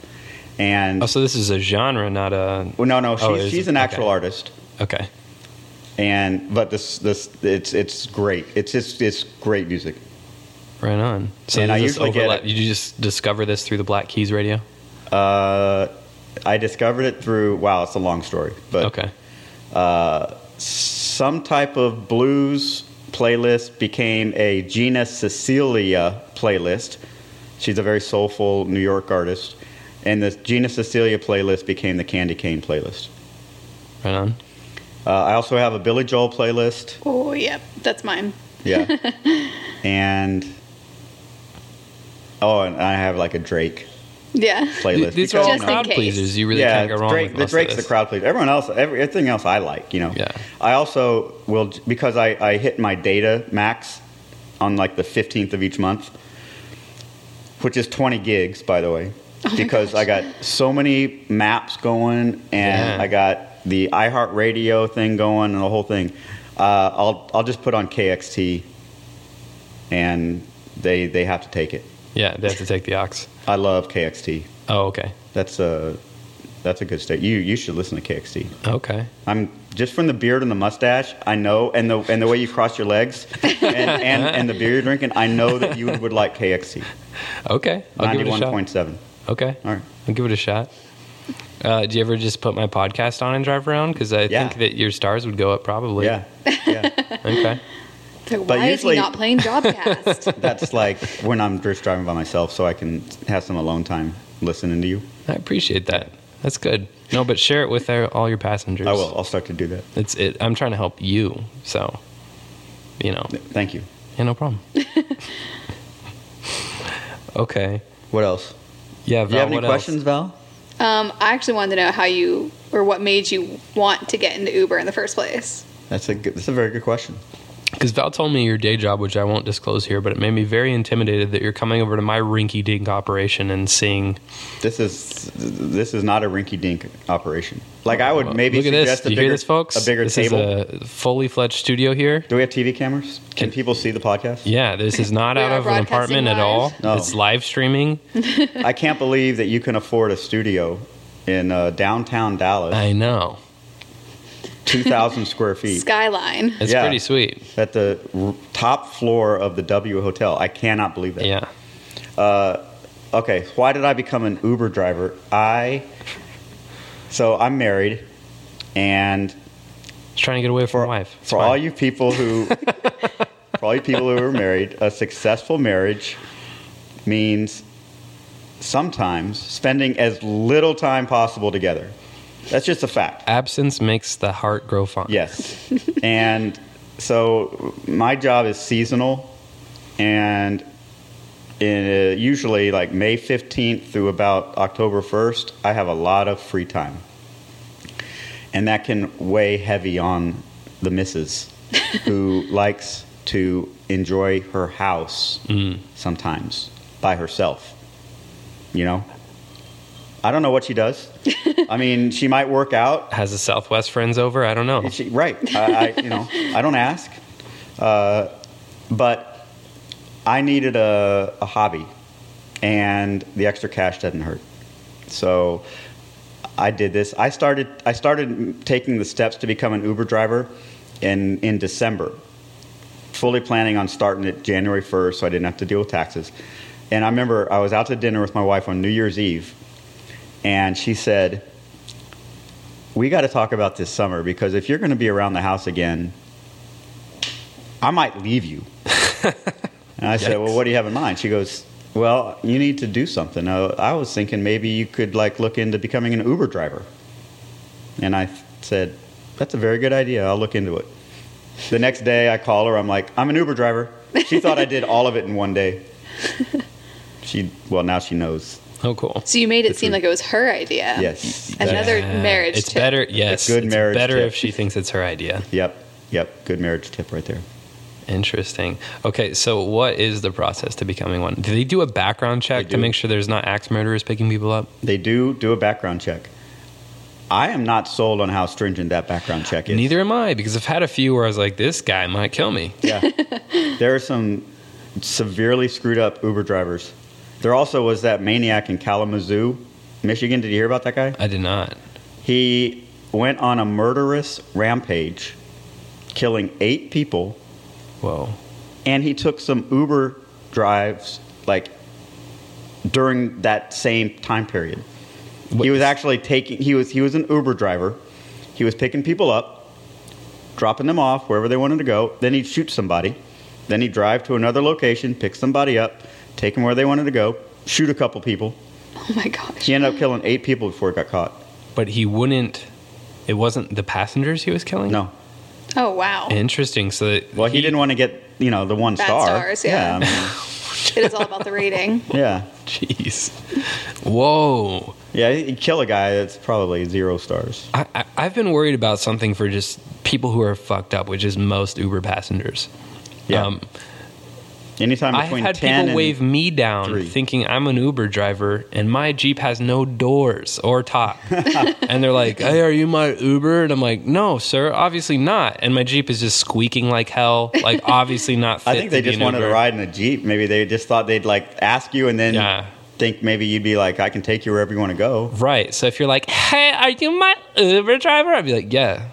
[SPEAKER 3] And
[SPEAKER 2] oh, so this is a genre, not a.
[SPEAKER 3] well, no, no, she's,
[SPEAKER 2] Oh, it is-
[SPEAKER 3] she's an actual
[SPEAKER 2] okay.
[SPEAKER 3] artist,
[SPEAKER 2] Okay.
[SPEAKER 3] and but this this it's it's great. It's just it's great music.
[SPEAKER 2] Right on. So
[SPEAKER 3] And
[SPEAKER 2] does
[SPEAKER 3] I
[SPEAKER 2] this
[SPEAKER 3] usually get
[SPEAKER 2] overlap-
[SPEAKER 3] it.
[SPEAKER 2] Did you just discover this through the Black Keys radio?
[SPEAKER 3] Uh, I discovered it through wow, it's a long story, but
[SPEAKER 2] Okay.
[SPEAKER 3] some type of blues playlist became a Gina Cecilia playlist. She's a very soulful New York artist. And the Gina Cecilia playlist became the Candy Cane playlist.
[SPEAKER 2] Right on.
[SPEAKER 3] Uh, I also have a Billy Joel playlist.
[SPEAKER 4] Oh, yep, that's mine.
[SPEAKER 3] Yeah. and oh, and I have like a Drake
[SPEAKER 4] Yeah.
[SPEAKER 3] playlist.
[SPEAKER 2] These are all
[SPEAKER 3] because,
[SPEAKER 4] Just in
[SPEAKER 2] crowd
[SPEAKER 4] case.
[SPEAKER 2] pleasers. You really can't go wrong
[SPEAKER 3] Drake,
[SPEAKER 2] with
[SPEAKER 3] the
[SPEAKER 2] most of
[SPEAKER 3] Drake's the
[SPEAKER 2] this.
[SPEAKER 3] crowd pleaser. Everyone else, every, everything else, I like. You know.
[SPEAKER 2] Yeah.
[SPEAKER 3] I also will because I, I hit my data max on like the fifteenth of each month, which is twenty gigs, by the way, because I got so many maps going and
[SPEAKER 2] Yeah.
[SPEAKER 3] I got the iHeartRadio thing going and the whole thing. Uh, I'll I'll just put on KXT, and they they have to take it.
[SPEAKER 2] Yeah, they have to take the ox.
[SPEAKER 3] I love KXT.
[SPEAKER 2] Oh, okay.
[SPEAKER 3] That's a that's a good state. You you should listen to KXT.
[SPEAKER 2] Okay.
[SPEAKER 3] I'm just from the beard and the mustache. I know, and the and the way you cross your legs, and and, and the beer you're drinking. I know that you would like KXT.
[SPEAKER 2] Okay. I'll give it a
[SPEAKER 3] Ninety-one
[SPEAKER 2] shot.
[SPEAKER 3] point seven.
[SPEAKER 2] Okay.
[SPEAKER 3] All right.
[SPEAKER 2] I'll give it a shot. Uh, do you ever just put my podcast on and drive around? Because I
[SPEAKER 3] Yeah.
[SPEAKER 2] think that your stars would go up probably.
[SPEAKER 3] Yeah, yeah.
[SPEAKER 2] Okay.
[SPEAKER 4] It's like, why
[SPEAKER 3] But usually-
[SPEAKER 4] is he not playing Jobcast?
[SPEAKER 3] That's like when I'm just driving by myself, so I can have some alone time listening to you.
[SPEAKER 2] I appreciate that. That's good. No, but share it with our, all your passengers.
[SPEAKER 3] I will. I'll start to do that.
[SPEAKER 2] It's it. I'm trying to help you. So, you know,
[SPEAKER 3] Thank you.
[SPEAKER 2] yeah, no problem. okay.
[SPEAKER 3] What else?
[SPEAKER 2] Yeah. Val,
[SPEAKER 3] Do you have any
[SPEAKER 2] what else?
[SPEAKER 3] questions, Val?
[SPEAKER 4] Um, I actually wanted to know how you or what made you want to get into Uber in the first place.
[SPEAKER 3] That's a good, that's a very good question.
[SPEAKER 2] Because Val told me your day job, which I won't disclose here, but it made me very intimidated that you're coming over to my rinky dink operation and seeing.
[SPEAKER 3] This is this is not a rinky-dink operation. Like I would maybe
[SPEAKER 2] Look at
[SPEAKER 3] suggest
[SPEAKER 2] this.
[SPEAKER 3] a
[SPEAKER 2] Do you
[SPEAKER 3] bigger
[SPEAKER 2] hear this, folks?
[SPEAKER 3] a bigger
[SPEAKER 2] this
[SPEAKER 3] table.
[SPEAKER 2] is a fully fledged studio here.
[SPEAKER 3] Do we have TV cameras? Can people see the podcast?
[SPEAKER 2] Yeah, this is not
[SPEAKER 4] We
[SPEAKER 2] out
[SPEAKER 4] are
[SPEAKER 2] of an
[SPEAKER 4] broadcasting
[SPEAKER 2] apartment at
[SPEAKER 4] live.
[SPEAKER 2] all.
[SPEAKER 3] No.
[SPEAKER 2] It's live streaming.
[SPEAKER 3] I can't believe that you can afford a studio in uh, downtown Dallas,
[SPEAKER 2] I know.
[SPEAKER 3] two thousand square feet,
[SPEAKER 4] Skyline.
[SPEAKER 2] It's
[SPEAKER 3] Yeah.
[SPEAKER 2] pretty sweet.
[SPEAKER 3] at the r- top floor of the W Hotel. I cannot believe that. Uh,
[SPEAKER 2] Yeah.
[SPEAKER 3] okay, why did I become an Uber driver? I so I'm married, and
[SPEAKER 2] Just trying to get away from
[SPEAKER 3] for
[SPEAKER 2] my wife. It's
[SPEAKER 3] for
[SPEAKER 2] fine.
[SPEAKER 3] all you people who for all you people who are married, a successful marriage means sometimes spending as little time possible together. That's just a fact.
[SPEAKER 2] Absence makes the heart grow fond.
[SPEAKER 3] Yes. and so my job is seasonal, and in, uh, usually like May 15th through about October 1st, I have a lot of free time. And that can weigh heavy on the missus who likes to enjoy her house sometimes by herself. You know? I don't know what she does. I mean, she might work out.
[SPEAKER 2] Has the Southwest friends over? I don't know.
[SPEAKER 3] She- right. I, I, you know, I don't ask, uh, but I needed a, a hobby, and the extra cash doesn't hurt. So I did this. I started. I started taking the steps to become an Uber driver in in December. Fully planning on starting it January first, so I didn't have to deal with taxes. And I remember I was out to dinner with my wife on New Year's Eve, and she said we got to talk about this summer because if you're going to be around the house again, I might leave you. and I said, Well, what do you have in mind? She goes, Well, you need to do something. Uh, I was thinking maybe you could like look into becoming an Uber driver. And I said, That's a very good idea. I'll look into it. The next day I call her. I'm like, I'm an Uber driver. She thought I did all of it in one day. She, well, now she knows.
[SPEAKER 2] Oh, cool.
[SPEAKER 4] So you made it
[SPEAKER 3] It's
[SPEAKER 4] seem
[SPEAKER 3] a-
[SPEAKER 4] like it was her idea.
[SPEAKER 3] Yes.
[SPEAKER 4] Another
[SPEAKER 2] Yeah.
[SPEAKER 4] marriage
[SPEAKER 2] It's
[SPEAKER 4] tip.
[SPEAKER 2] better. Yes.
[SPEAKER 3] good
[SPEAKER 2] it's
[SPEAKER 3] marriage
[SPEAKER 2] Better
[SPEAKER 3] tip.
[SPEAKER 2] if she thinks it's her idea.
[SPEAKER 3] Yep. Yep. Good marriage tip right there.
[SPEAKER 2] Interesting. Okay, so what is the process to becoming one? Do they do a background check
[SPEAKER 3] They
[SPEAKER 2] to
[SPEAKER 3] do.
[SPEAKER 2] make sure there's not axe murderers picking people up?
[SPEAKER 3] They do do a background check. I am not sold on how stringent that background check is.
[SPEAKER 2] Neither am I, because I've had a few where I was like, this guy might kill me.
[SPEAKER 3] Yeah. there are some severely screwed up Uber drivers. There also was that maniac in Kalamazoo, Michigan. Did you hear about that guy?
[SPEAKER 2] I did not.
[SPEAKER 3] He went on a murderous rampage, killing eight people,
[SPEAKER 2] Whoa.
[SPEAKER 3] and he took some Uber drives like during that same time period.
[SPEAKER 2] What-
[SPEAKER 3] He was actually taking. He was he was an Uber driver. He was picking people up, dropping them off wherever they wanted to go. Then he'd shoot somebody. Then he'd drive to another location, pick somebody up, take them where they wanted to go, shoot a couple people.
[SPEAKER 4] Oh my gosh.
[SPEAKER 3] He ended up killing eight people before he got caught.
[SPEAKER 2] But he wouldn't. It wasn't the passengers he was killing?
[SPEAKER 3] No,
[SPEAKER 4] Oh wow.
[SPEAKER 2] Interesting. So that
[SPEAKER 3] well, he, didn't want to get you know the one
[SPEAKER 4] Bad
[SPEAKER 3] star.
[SPEAKER 4] stars, yeah.
[SPEAKER 3] I mean,
[SPEAKER 4] It is all about the rating.
[SPEAKER 3] yeah,
[SPEAKER 2] Jeez. Whoa.
[SPEAKER 3] yeah. He'd kill a guy that's probably zero stars.
[SPEAKER 2] I, I, I've been worried about something for just people who are fucked up, which is most Uber passengers. Um,
[SPEAKER 3] Yeah. Anytime
[SPEAKER 2] I've
[SPEAKER 3] between
[SPEAKER 2] had
[SPEAKER 3] ten
[SPEAKER 2] people
[SPEAKER 3] and
[SPEAKER 2] wave me down
[SPEAKER 3] three.
[SPEAKER 2] thinking I'm an Uber driver and my Jeep has no doors or top. and they're like, hey, are you my Uber? And I'm like, no, sir, obviously not. And my Jeep is just squeaking like hell. Like, obviously not fit.
[SPEAKER 3] I think
[SPEAKER 2] to
[SPEAKER 3] they
[SPEAKER 2] be
[SPEAKER 3] just
[SPEAKER 2] an
[SPEAKER 3] wanted to
[SPEAKER 2] Uber.
[SPEAKER 3] ride in a Jeep. Maybe they just thought they'd like ask you and then
[SPEAKER 2] Yeah.
[SPEAKER 3] think maybe you'd be like, I can take you wherever you want to go.
[SPEAKER 2] Right. So if you're like, hey, are you my Uber driver? I'd be like, yeah.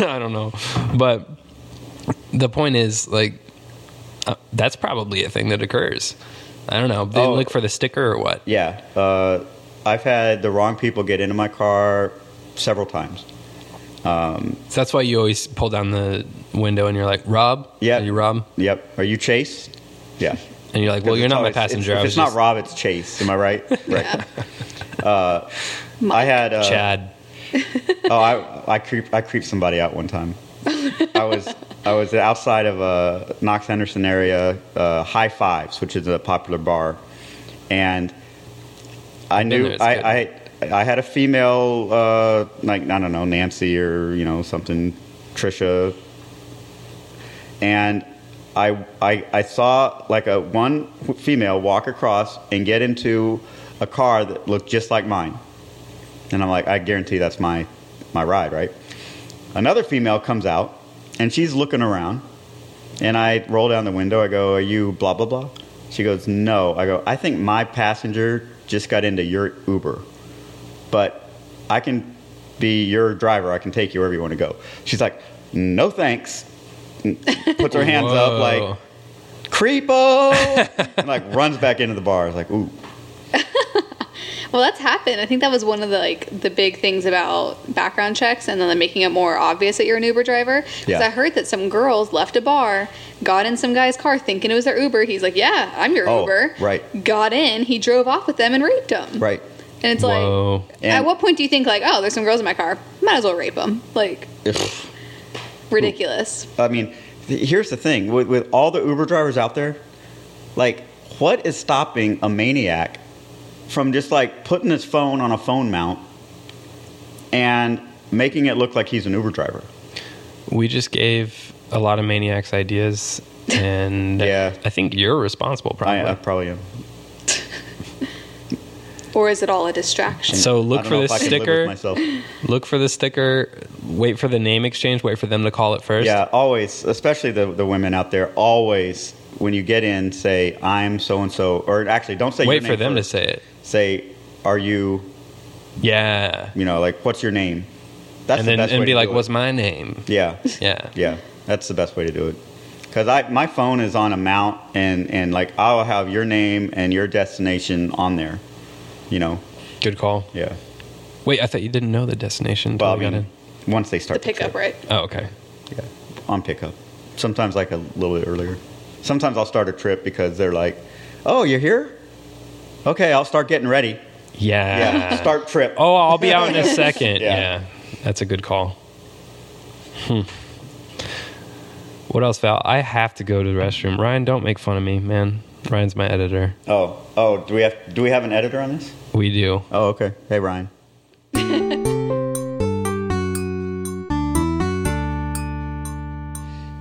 [SPEAKER 2] I don't know. But the point is, like, uh, that's probably a thing that occurs. I don't know. They
[SPEAKER 3] Oh.
[SPEAKER 2] look for the sticker or what?
[SPEAKER 3] Yeah. Uh, I've had the wrong people get into my car several times.
[SPEAKER 2] So that's why you always pull down the window and you're like, Rob?
[SPEAKER 3] Yeah.
[SPEAKER 2] Are you Rob?
[SPEAKER 3] Yep. Are you Chase? Yeah.
[SPEAKER 2] And you're like, well, you're
[SPEAKER 3] It's
[SPEAKER 2] not my
[SPEAKER 3] always-
[SPEAKER 2] passenger. I
[SPEAKER 3] It's, if
[SPEAKER 2] was
[SPEAKER 3] it's not
[SPEAKER 2] just
[SPEAKER 3] Rob, it's Chase. Am I right? Right. Uh, I
[SPEAKER 4] Mike.
[SPEAKER 3] had uh,
[SPEAKER 2] Chad.
[SPEAKER 3] Oh, I, I creep I creeped somebody out one time. I was I was outside of a Knox Henderson area, uh, High Fives, which is a popular bar, and I
[SPEAKER 2] been
[SPEAKER 3] knew
[SPEAKER 2] there, it's good.
[SPEAKER 3] I, I I had a female uh, like I don't know Nancy or you know something Trisha, and I I I saw like a one female walk across and get into a car that looked just like mine, and I'm like I guarantee that's my my ride right. Another female comes out and she's looking around, and I roll down the window. I go, "Are you blah blah blah?" She goes, "No." I go, "I think my passenger just got into your Uber, but I can be your driver. I can take you wherever you want to go." She's like, "No thanks." and Puts her hands up
[SPEAKER 2] Whoa.
[SPEAKER 3] like creepo, and like runs back into the bar. I was like, "Ooh,
[SPEAKER 4] Well, that's happened. I think that was one of the like the big things about background checks and then making it more obvious that you're an Uber driver. Because
[SPEAKER 3] Yeah.
[SPEAKER 4] I heard that some girls left a bar, got in some guy's car thinking it was their Uber. He's like, "Yeah, I'm your
[SPEAKER 3] Oh,
[SPEAKER 4] Uber."
[SPEAKER 3] right.
[SPEAKER 4] Got in. He drove off with them and raped them.
[SPEAKER 3] right."
[SPEAKER 4] And it's
[SPEAKER 2] Whoa.
[SPEAKER 4] like, at
[SPEAKER 3] And-
[SPEAKER 4] what point do you think like, "Oh, there's some girls in my car. Might as well rape them." Like
[SPEAKER 3] If-
[SPEAKER 4] ridiculous.
[SPEAKER 3] I mean, th- here's the thing with, with all the Uber drivers out there, like, what is stopping a maniac from just like putting his phone on a phone mount and making it look like he's an Uber driver?
[SPEAKER 2] We just gave a lot of maniacs ideas, and
[SPEAKER 3] Yeah.
[SPEAKER 2] I think you're responsible, probably.
[SPEAKER 3] I, I probably am.
[SPEAKER 4] Or is it all a distraction?
[SPEAKER 2] So
[SPEAKER 3] I
[SPEAKER 2] look
[SPEAKER 3] don't
[SPEAKER 2] for
[SPEAKER 3] know
[SPEAKER 2] this
[SPEAKER 3] if I can live with
[SPEAKER 2] sticker.
[SPEAKER 3] myself.
[SPEAKER 2] Look for the sticker. Wait for the name exchange. Wait for them to call it first.
[SPEAKER 3] Yeah, always, especially the, the women out there, always when you get in, say, I'm so and so, or actually, don't say your
[SPEAKER 2] Wait
[SPEAKER 3] name
[SPEAKER 2] for them
[SPEAKER 3] first.
[SPEAKER 2] to say it.
[SPEAKER 3] Say, are you,
[SPEAKER 2] Yeah.
[SPEAKER 3] you know, like, what's your name? That's
[SPEAKER 2] and then
[SPEAKER 3] best
[SPEAKER 2] and
[SPEAKER 3] way
[SPEAKER 2] be
[SPEAKER 3] to
[SPEAKER 2] like,
[SPEAKER 3] do it.
[SPEAKER 2] "What's my name?"
[SPEAKER 3] Yeah.
[SPEAKER 2] Yeah.
[SPEAKER 3] Yeah, that's the best way to do it. Because I my phone is on a mount, and and like I'll have your name and your destination on there. You know,
[SPEAKER 2] Good call.
[SPEAKER 3] yeah.
[SPEAKER 2] Wait, I thought you didn't know the destination until
[SPEAKER 3] Well, I
[SPEAKER 2] we got
[SPEAKER 3] mean,
[SPEAKER 2] in.
[SPEAKER 3] once they
[SPEAKER 4] the
[SPEAKER 3] start the
[SPEAKER 4] pickup,
[SPEAKER 3] trip.
[SPEAKER 4] right?
[SPEAKER 2] Oh, okay.
[SPEAKER 3] Yeah, on pickup. Sometimes like a little bit earlier. Sometimes I'll start a trip because they're like, "Oh, you're here? Okay, I'll start getting ready."
[SPEAKER 2] Yeah.
[SPEAKER 3] Yeah, start trip.
[SPEAKER 2] Ah. Oh, I'll be out in a second.
[SPEAKER 3] Yeah.
[SPEAKER 2] yeah. That's a good call. Hmm. What else, Val? I have to go to the restroom. Ryan, don't make fun of me, man. Ryan's my editor.
[SPEAKER 3] oh, oh, do we have do we have an editor on this?
[SPEAKER 2] We do.
[SPEAKER 3] Oh, okay. Hey, Ryan.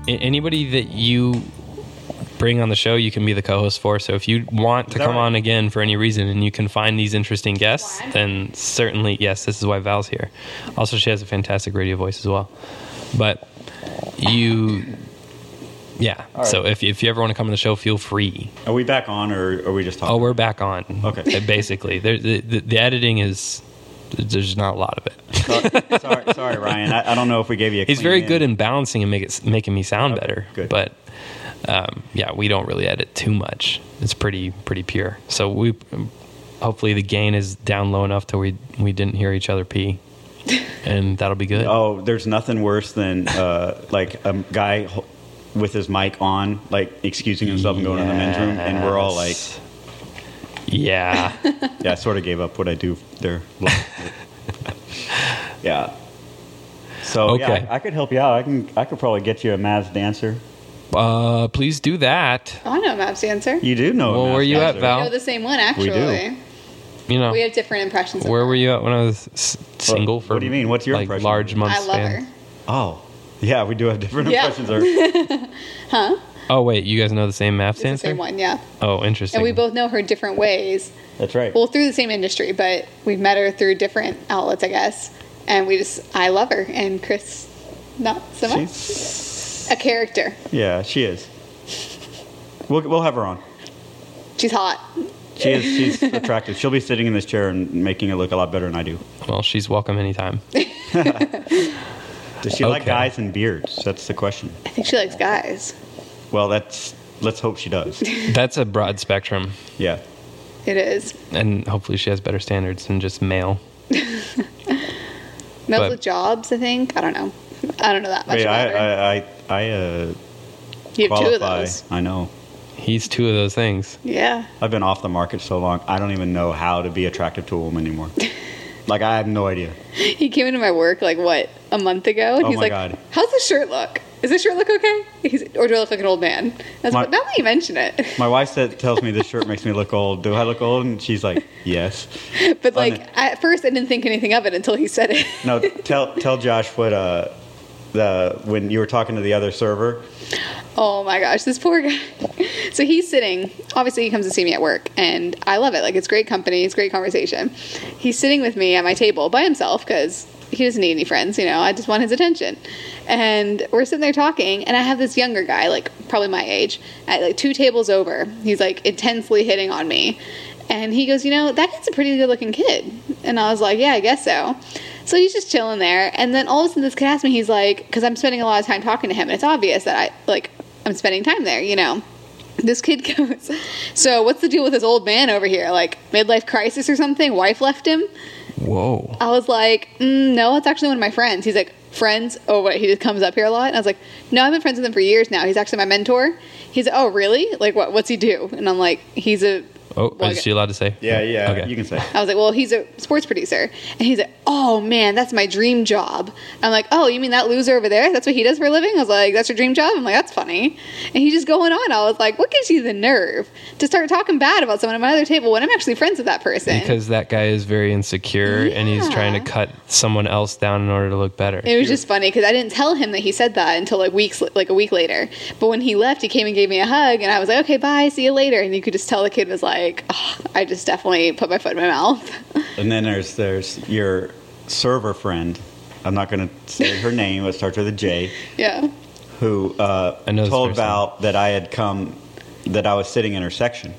[SPEAKER 2] A- anybody that you bring on the show, you can be the co-host for. So if you want to
[SPEAKER 3] that
[SPEAKER 2] come
[SPEAKER 3] right?
[SPEAKER 2] on again for any reason and you can find these interesting guests,
[SPEAKER 4] Why?
[SPEAKER 2] then certainly yes, this is why Val's here. Also, she has a fantastic radio voice as well. But you, yeah.
[SPEAKER 3] All right.
[SPEAKER 2] So if if you ever want to come on the show, feel free.
[SPEAKER 3] Are we back on, or are we just talking?
[SPEAKER 2] Oh, we're back on.
[SPEAKER 3] Okay.
[SPEAKER 2] Uh, Basically, there, the, the, the editing is there's not a lot of it.
[SPEAKER 3] sorry, sorry, sorry, Ryan. I, I don't know if we gave you. a
[SPEAKER 2] He's
[SPEAKER 3] clean
[SPEAKER 2] very
[SPEAKER 3] in.
[SPEAKER 2] good in balancing and make it, making me sound better.
[SPEAKER 3] good.
[SPEAKER 2] But um, yeah, we don't really edit too much. It's pretty pretty pure. So we hopefully the gain is down low enough till we we didn't hear each other pee, and that'll be good.
[SPEAKER 3] Oh, there's nothing worse than uh, like a guy ho- with his mic on, like excusing himself and going to the men's room, and we're all like,
[SPEAKER 2] Yes. yeah.
[SPEAKER 3] "Yeah, I sort of gave up what I do there." yeah. So
[SPEAKER 2] Okay.
[SPEAKER 3] yeah, I, I could help you out. I can. I could probably get you a Mavs dancer.
[SPEAKER 2] uh, please do that.
[SPEAKER 4] Oh, I know Mav's answer.
[SPEAKER 3] You do know. a
[SPEAKER 2] Well,
[SPEAKER 3] Mavs
[SPEAKER 2] where you at,
[SPEAKER 3] dancer.
[SPEAKER 4] I
[SPEAKER 2] Val?
[SPEAKER 4] know the same one actually.
[SPEAKER 3] do.
[SPEAKER 2] You know.
[SPEAKER 4] We have different impressions. of
[SPEAKER 2] Oh. Where
[SPEAKER 4] her.
[SPEAKER 2] were you at when I was s- single
[SPEAKER 3] What-
[SPEAKER 2] for?
[SPEAKER 3] what do you mean? What's your
[SPEAKER 2] like
[SPEAKER 3] impression?
[SPEAKER 2] large months?
[SPEAKER 4] I love
[SPEAKER 2] fan?
[SPEAKER 4] her.
[SPEAKER 3] Oh, yeah, we do have different
[SPEAKER 4] Yeah.
[SPEAKER 3] impressions. Of,
[SPEAKER 2] Oh wait, you guys know the same math
[SPEAKER 4] It's the
[SPEAKER 2] dancer?
[SPEAKER 4] same one, yeah.
[SPEAKER 2] Oh, interesting.
[SPEAKER 4] And we both know her different ways.
[SPEAKER 3] that's right.
[SPEAKER 4] Well, through the same industry, but we've met her through different outlets, I guess. And we just, I love her. And Chris, not so much.
[SPEAKER 3] She's,
[SPEAKER 4] a character.
[SPEAKER 3] yeah, she is. We'll, we'll have her on.
[SPEAKER 4] She's hot.
[SPEAKER 3] She is. She's attractive. She'll be sitting in this chair and making it look a lot better than I do.
[SPEAKER 2] Well, she's welcome anytime.
[SPEAKER 3] Does she like
[SPEAKER 2] Okay.
[SPEAKER 3] guys and beards? That's the question.
[SPEAKER 4] I think she likes guys.
[SPEAKER 3] Well, that's. Let's hope she does.
[SPEAKER 2] That's a broad spectrum,
[SPEAKER 3] Yeah.
[SPEAKER 4] It is.
[SPEAKER 2] and hopefully she has better standards than just male.
[SPEAKER 4] Males
[SPEAKER 2] But-
[SPEAKER 4] with jobs, I think. I don't know. I don't know that much
[SPEAKER 3] Wait,
[SPEAKER 4] about her.
[SPEAKER 3] I, I, I, I uh,
[SPEAKER 4] you have two of
[SPEAKER 3] qualify.
[SPEAKER 4] those.
[SPEAKER 3] I know.
[SPEAKER 2] He's two of those things.
[SPEAKER 4] Yeah.
[SPEAKER 3] I've been off the market so long. I don't even know how to be attractive to a woman anymore. like I have no idea.
[SPEAKER 4] He came into my work like what a month ago, and
[SPEAKER 3] Oh
[SPEAKER 4] he's
[SPEAKER 3] my
[SPEAKER 4] like,
[SPEAKER 3] God.
[SPEAKER 4] "How's this shirt look? Is this shirt look okay?" He's, or do I look like an old man? That's
[SPEAKER 3] My-
[SPEAKER 4] what, now that you mention it,
[SPEAKER 3] My wife said, tells me this shirt makes me look old. Do I look old? And she's like, yes.
[SPEAKER 4] but like
[SPEAKER 3] it.
[SPEAKER 4] at first I didn't think anything of it until he said it.
[SPEAKER 3] No, tell tell Josh what uh the when you were talking to the other server.
[SPEAKER 4] Oh my gosh, this poor guy. So he's sitting, obviously, he comes to see me at work, and I love it. Like, it's great company, it's great conversation. He's sitting with me at my table by himself because he doesn't need any friends, you know, I just want his attention. And we're sitting there talking, and I have this younger guy, like probably my age, at like two tables over. He's like intensely hitting on me. And he goes, You know, that kid's a pretty good looking kid. And I was like, Yeah, I guess so. So he's just chilling there. And then all of a sudden, this kid asked me, He's like, Because I'm spending a lot of time talking to him. And it's obvious that I, like, I'm spending time there, you know. This kid goes, So what's the deal with this old man over here? Like, midlife crisis or something? Wife left him?
[SPEAKER 5] Whoa.
[SPEAKER 4] I was like, mm, no, it's actually one of my friends. He's like, friends? Oh, wait, he just comes up here a lot. And I was like, no, I've been friends with him for years now. He's actually my mentor. He's like, oh, really? Like, what? What's he do? And I'm like, he's a.
[SPEAKER 2] Oh,
[SPEAKER 4] Well,
[SPEAKER 2] is she allowed to say?
[SPEAKER 3] Yeah, yeah,
[SPEAKER 2] Okay.
[SPEAKER 3] you can say.
[SPEAKER 4] I was like, well, he's a sports producer. And he's like, oh man, that's my dream job. I'm like, oh, you mean that loser over there? That's what he does for a living? I was like, that's your dream job? I'm like, that's funny. And he's just going on. I was like, what gives you the nerve to start talking bad about someone at my other table when I'm actually friends with that person?
[SPEAKER 2] Because that guy is very insecure and he's trying to
[SPEAKER 4] Yeah.
[SPEAKER 2] cut someone else down in order to look better.
[SPEAKER 4] It was just funny because I didn't tell him that he said that until like weeks, like a week later. But when he left, he came and gave me a hug, and I was like, "Okay, bye, see you later." And you could just tell the kid was like, "Ugh, "I just definitely put my foot in my mouth."
[SPEAKER 3] And then there's there's your server friend. I'm not going to say her name. It starts with a J.
[SPEAKER 4] yeah,
[SPEAKER 3] Who uh,
[SPEAKER 2] I know this
[SPEAKER 3] told
[SPEAKER 2] person.
[SPEAKER 3] Val that I had come, that I was sitting in her section,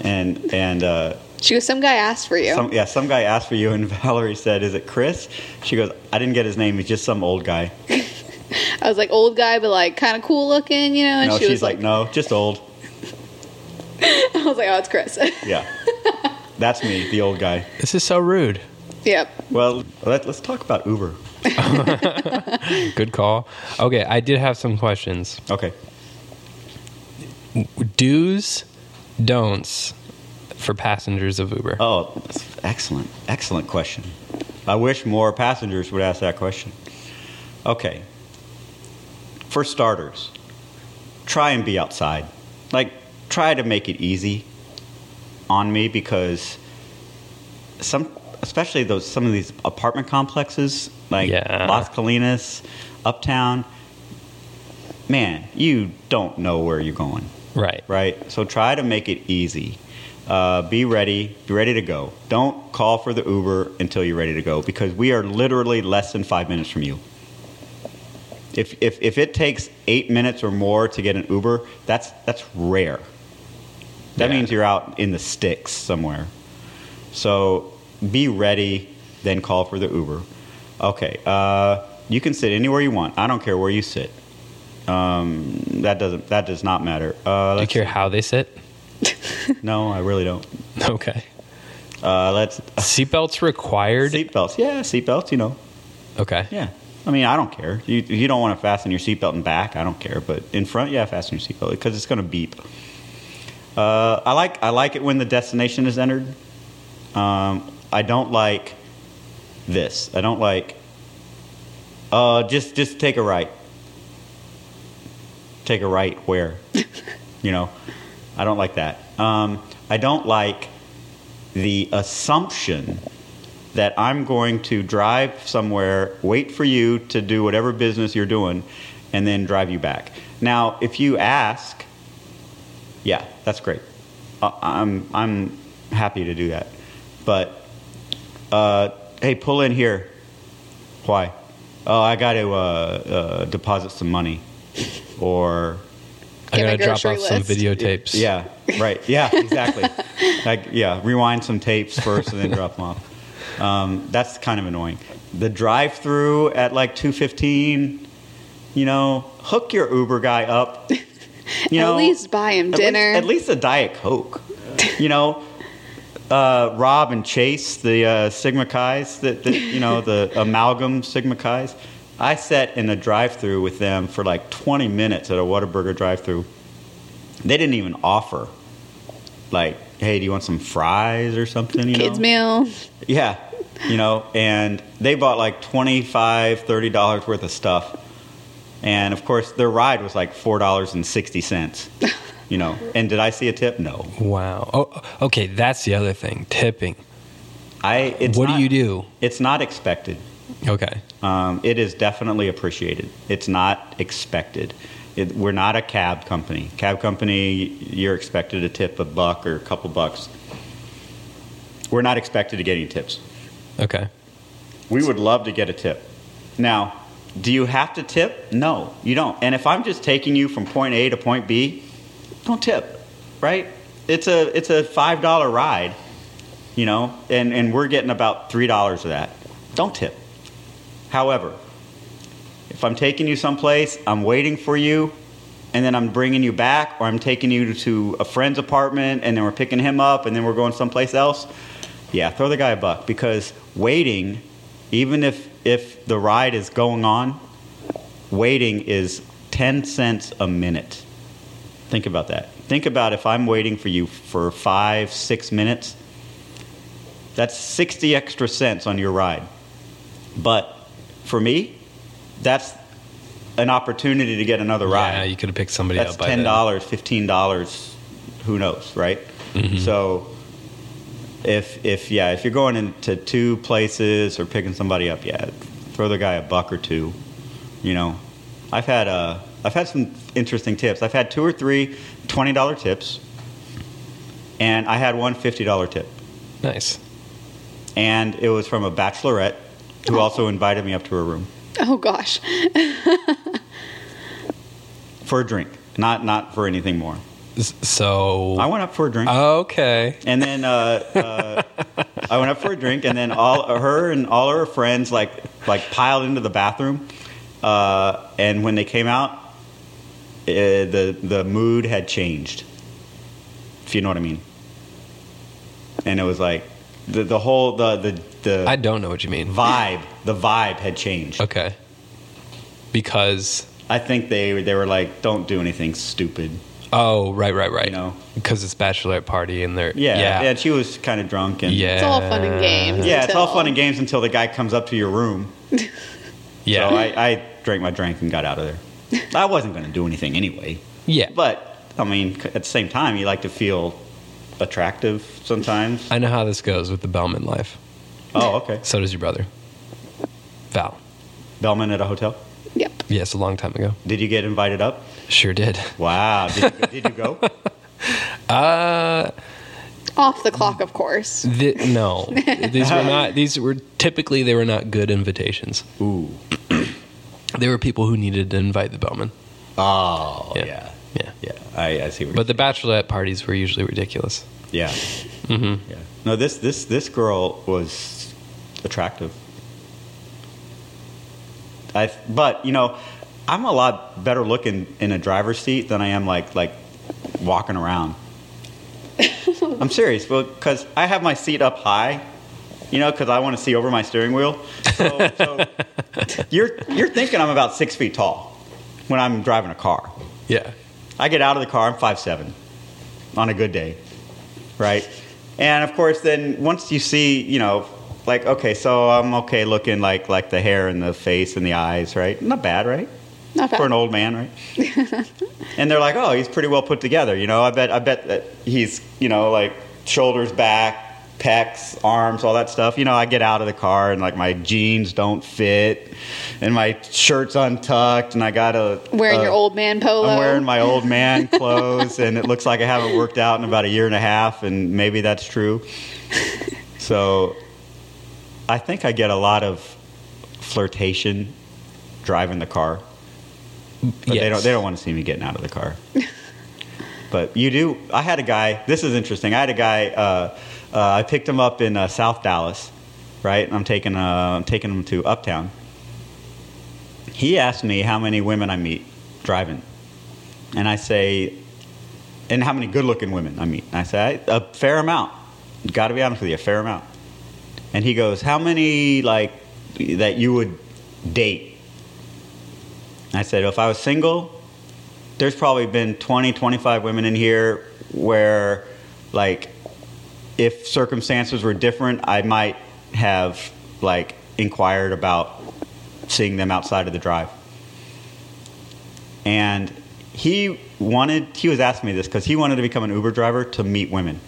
[SPEAKER 3] and and uh,
[SPEAKER 4] she goes, "Some guy asked for you."
[SPEAKER 3] some yeah some guy asked for you, and Valerie said, "Is it Chris?" She goes, "I didn't get his name. He's just some old guy."
[SPEAKER 4] I was like, "Old guy, but like kind of cool looking," you know. And
[SPEAKER 3] no,
[SPEAKER 4] she
[SPEAKER 3] she's
[SPEAKER 4] was
[SPEAKER 3] like,
[SPEAKER 4] like,
[SPEAKER 3] "No, just old."
[SPEAKER 4] "I was like, oh, it's Chris."
[SPEAKER 3] Yeah, that's me, the old guy.
[SPEAKER 2] This is so rude.
[SPEAKER 4] yep.
[SPEAKER 3] Well, let, let's talk about Uber.
[SPEAKER 2] Good call. Okay, I did have some questions.
[SPEAKER 3] Okay.
[SPEAKER 2] Do's, don'ts for passengers of Uber.
[SPEAKER 3] Oh, that's excellent, excellent question. I wish more passengers would ask that question. Okay. For starters, try and be outside. Like, try to make it easy on me because some, especially those some of these apartment complexes like
[SPEAKER 2] Yeah.
[SPEAKER 3] Las Colinas, Uptown. Man, you don't know where you're going
[SPEAKER 2] right.
[SPEAKER 3] right? So try to make it easy. Uh, be ready, be ready to go. Don't call for the Uber until you're ready to go because we are literally less than five minutes from you. If, if, if it takes eight minutes or more to get an Uber, that's, that's rare. That
[SPEAKER 2] Yeah.
[SPEAKER 3] means you're out in the sticks somewhere. So be ready, then call for the Uber. Okay, uh, you can sit anywhere you want. I don't care where you sit. Um, that doesn't that does not matter. Uh,
[SPEAKER 2] Do you
[SPEAKER 3] let's-
[SPEAKER 2] care how they sit?
[SPEAKER 3] no, I really don't.
[SPEAKER 2] Okay.
[SPEAKER 3] Uh, let's
[SPEAKER 2] Seatbelts required.
[SPEAKER 3] seatbelts. Yeah, seatbelts. You know.
[SPEAKER 2] okay.
[SPEAKER 3] Yeah. I mean, I don't care. You you don't want to fasten your seatbelt in back. I don't care. But in front, yeah, fasten your seatbelt because it's going to beep. Uh, I like I like it when the destination is entered. Um, I don't like this. I don't like. Uh, just just take a right. Take a right where, you know, I don't like that. Um, I don't like the assumption that I'm going to drive somewhere, wait for you to do whatever business you're doing, and then drive you back. Now, if you ask, yeah, that's great. I- I'm I'm happy to do that. But uh, hey, pull in here. Why? Oh, I got to uh, uh, deposit some money, or
[SPEAKER 2] I
[SPEAKER 4] Get my
[SPEAKER 2] gotta drop off
[SPEAKER 4] grocery
[SPEAKER 2] some
[SPEAKER 4] list.
[SPEAKER 2] videotapes.
[SPEAKER 3] yeah, right. Yeah, exactly. like, yeah, rewind some tapes first and then drop them off. Um, that's kind of annoying. The drive-through at like two fifteen, you know, hook your Uber guy up. You know,
[SPEAKER 4] at least buy him
[SPEAKER 3] at least-
[SPEAKER 4] dinner.
[SPEAKER 3] at least a diet coke. You know, uh, Rob and Chase, the uh, Sigma Chi's, that the, you know, the amalgam Sigma Chi's. I sat in a drive-through with them for like 20 minutes at a Whataburger drive-through. They didn't even offer, like, "Hey, do you want some fries or something?" You
[SPEAKER 4] Kids
[SPEAKER 3] know?
[SPEAKER 4] meal.
[SPEAKER 3] Yeah, you know, and they bought like 25 $30 worth of stuff. And of course, their ride was like four dollars and sixty cents. You know, and did I see a tip? No.
[SPEAKER 2] Wow. Oh, okay. That's the other thing. Tipping.
[SPEAKER 3] I. It's
[SPEAKER 2] what
[SPEAKER 3] not-
[SPEAKER 2] do you do?
[SPEAKER 3] It's not expected.
[SPEAKER 2] Okay.
[SPEAKER 3] Um, it is definitely appreciated. It's not expected. It, we're not a cab company. Cab company, you're expected to tip a buck or a couple bucks. We're not expected to get any tips.
[SPEAKER 2] Okay.
[SPEAKER 3] We would love to get a tip. Now, do you have to tip? No, you don't. And if I'm just taking you from point A to point B, don't tip, right? It's a it's a five dollar ride, you know, and, and we're getting about three dollars of that. Don't tip. However, if I'm taking you someplace, I'm waiting for you, and then I'm bringing you back, or I'm taking you to a friend's apartment, and then we're picking him up, and then we're going someplace else. Yeah, throw the guy a buck because waiting, even if if the ride is going on, waiting is ten cents a minute. Think about that. Think about if I'm waiting for you for five, six minutes. That's sixty extra cents on your ride. But for me, that's an opportunity to get another ride
[SPEAKER 2] Yeah, you could have picked somebody
[SPEAKER 3] that's
[SPEAKER 2] up. by
[SPEAKER 3] ten
[SPEAKER 2] then.
[SPEAKER 3] dollars, fifteen dollars, who knows, right?
[SPEAKER 2] Mm-hmm.
[SPEAKER 3] So if if yeah, if you're going into two places or picking somebody up, yeah, throw the guy a buck or two. You know, I've had uh, I've had some interesting tips. I've had two or three twenty dollar tips, and I had one fifty dollar tip,
[SPEAKER 2] Nice.
[SPEAKER 3] and it was from a bachelorette who
[SPEAKER 2] Oh.
[SPEAKER 3] also invited me up to her room
[SPEAKER 4] Oh gosh.
[SPEAKER 3] for a drink, not not for anything more.
[SPEAKER 2] S- So.
[SPEAKER 3] I went up for a drink.
[SPEAKER 2] okay.
[SPEAKER 3] And then uh, uh, I went up for a drink, and then all her and all her friends like like piled into the bathroom. Uh, and when they came out, uh, the the mood had changed. If you know what I mean. And it was like the the whole the the the
[SPEAKER 2] I don't know what you mean.
[SPEAKER 3] vibe the vibe had changed.
[SPEAKER 2] Okay. Because.
[SPEAKER 3] I think they they were like, don't do anything stupid.
[SPEAKER 2] Oh, right, right, right.
[SPEAKER 3] You know.
[SPEAKER 2] Because it's bachelorette party and they're.
[SPEAKER 3] Yeah, yeah.
[SPEAKER 2] Yeah.
[SPEAKER 3] she was kind of drunk and
[SPEAKER 2] Yeah.
[SPEAKER 4] It's all fun and games.
[SPEAKER 3] yeah. It's all
[SPEAKER 4] until-
[SPEAKER 3] fun and games until the guy comes up to your room.
[SPEAKER 2] Yeah.
[SPEAKER 3] So I, I drank my drink and got out of there. I wasn't going to do anything anyway.
[SPEAKER 2] yeah.
[SPEAKER 3] But, I mean, c- at the same time, you like to feel attractive sometimes.
[SPEAKER 2] I know how this goes with the Bellman life.
[SPEAKER 3] Oh, okay.
[SPEAKER 2] So does your brother. Val.
[SPEAKER 3] Bellman at a hotel.
[SPEAKER 4] Yep.
[SPEAKER 2] Yes, a long time ago.
[SPEAKER 3] Did you get invited up?
[SPEAKER 2] Sure did.
[SPEAKER 3] Wow. Did you, did you go?
[SPEAKER 2] Uh,
[SPEAKER 4] Off the clock, of course.
[SPEAKER 3] Mm.
[SPEAKER 2] th- no, these were not. These were typically they were not good invitations.
[SPEAKER 3] Ooh.
[SPEAKER 2] They were people who needed to invite the bellman.
[SPEAKER 3] Oh,
[SPEAKER 2] Yeah.
[SPEAKER 3] yeah. Yeah.
[SPEAKER 2] Yeah,
[SPEAKER 3] I, I see what
[SPEAKER 2] but the bachelorette parties were usually ridiculous.
[SPEAKER 3] Yeah. Yeah. No, this, this, this girl was attractive. I, but, you know, I'm a lot better looking in a driver's seat than I am like, like walking around. I'm serious. Well, because I have my seat up high, you know, because I want to see over my steering wheel. So, so you're, you're thinking I'm about six feet tall when I'm driving a car.
[SPEAKER 2] Yeah,
[SPEAKER 3] I get out of the car, I'm five seven on a good day, right? And of course, then once you see, you know, like okay, so I'm okay looking like like the hair and the face and the eyes, right? Not bad, right?
[SPEAKER 4] Not bad.
[SPEAKER 3] For an old man, right? and they're like, oh, he's pretty well put together, you know. I bet I bet that he's you know like shoulders back. Pecs, arms, all that stuff. You know, I get out of the car and like my jeans don't fit, and my shirt's untucked, and I got a
[SPEAKER 4] Wearing
[SPEAKER 3] a-
[SPEAKER 4] your old man polo.
[SPEAKER 3] uh, I'm wearing my old man clothes, and it looks like I haven't worked out in about a year and a half, and maybe that's true. So I think I get a lot of flirtation driving the car, but they don't they don't want to see me getting out of the car. but you do. I had a guy. This is interesting. I had a guy. Uh, uh, I picked him up in uh, South Dallas, right? And I'm taking uh, I'm taking him to Uptown. He asked me how many women I meet driving, and I say, and how many good-looking women I meet. And I say "I- a fair amount. Got to be honest with you, a fair amount. And he goes, how many like that you would date? And I said, if I was single, there's probably been 20, 25 women in here where, like, if circumstances were different, I might have, like, inquired about seeing them outside of the drive. and he wanted. He was asking me this because he wanted to become an Uber driver to meet women,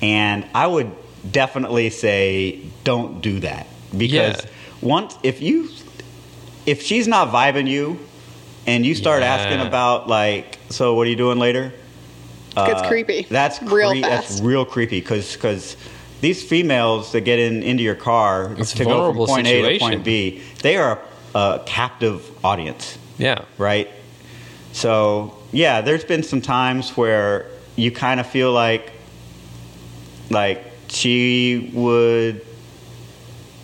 [SPEAKER 3] and I would definitely say don't do that because
[SPEAKER 2] Yeah.
[SPEAKER 3] once if you if she's not vibing you, and you start
[SPEAKER 2] Yeah.
[SPEAKER 3] asking about like, so what are you doing later? Uh,
[SPEAKER 4] gets creepy.
[SPEAKER 3] That's
[SPEAKER 4] Real
[SPEAKER 3] cre- That's
[SPEAKER 4] fast.
[SPEAKER 3] real creepy because because these females that get in into your car
[SPEAKER 2] It's
[SPEAKER 3] to
[SPEAKER 2] a
[SPEAKER 3] go from
[SPEAKER 2] vulnerable
[SPEAKER 3] point A to
[SPEAKER 2] situation.
[SPEAKER 3] point B, they are a captive audience,
[SPEAKER 2] Yeah.
[SPEAKER 3] right? So yeah, there's been some times where you kind of feel like like she would,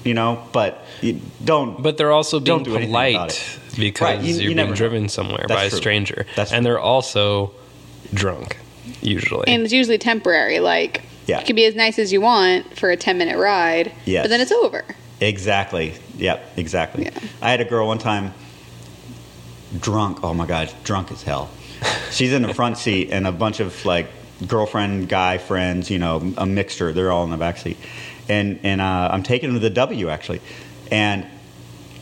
[SPEAKER 3] you know, but you don't.
[SPEAKER 2] But they're also being
[SPEAKER 3] Don't do anything about
[SPEAKER 2] polite
[SPEAKER 3] it.
[SPEAKER 2] because
[SPEAKER 3] Right, you-
[SPEAKER 2] you,
[SPEAKER 3] you
[SPEAKER 2] are
[SPEAKER 3] never
[SPEAKER 2] being
[SPEAKER 3] know.
[SPEAKER 2] driven somewhere
[SPEAKER 3] That's
[SPEAKER 2] by a
[SPEAKER 3] true.
[SPEAKER 2] stranger.
[SPEAKER 3] That's
[SPEAKER 2] and
[SPEAKER 3] true.
[SPEAKER 2] they're also drunk, usually.
[SPEAKER 4] and it's usually temporary. Like
[SPEAKER 3] Yeah.
[SPEAKER 4] you can be as nice as you want for a ten minute ride,
[SPEAKER 3] Yes.
[SPEAKER 4] but then it's over.
[SPEAKER 3] Exactly. Yep. Exactly.
[SPEAKER 4] Yeah.
[SPEAKER 3] I had a girl one time, drunk. Oh my god, drunk as hell. She's in the front seat, and a bunch of like girlfriend, guy friends. You know, a mixture. They're all in the back seat, and and uh, I'm taking them to the W actually, and when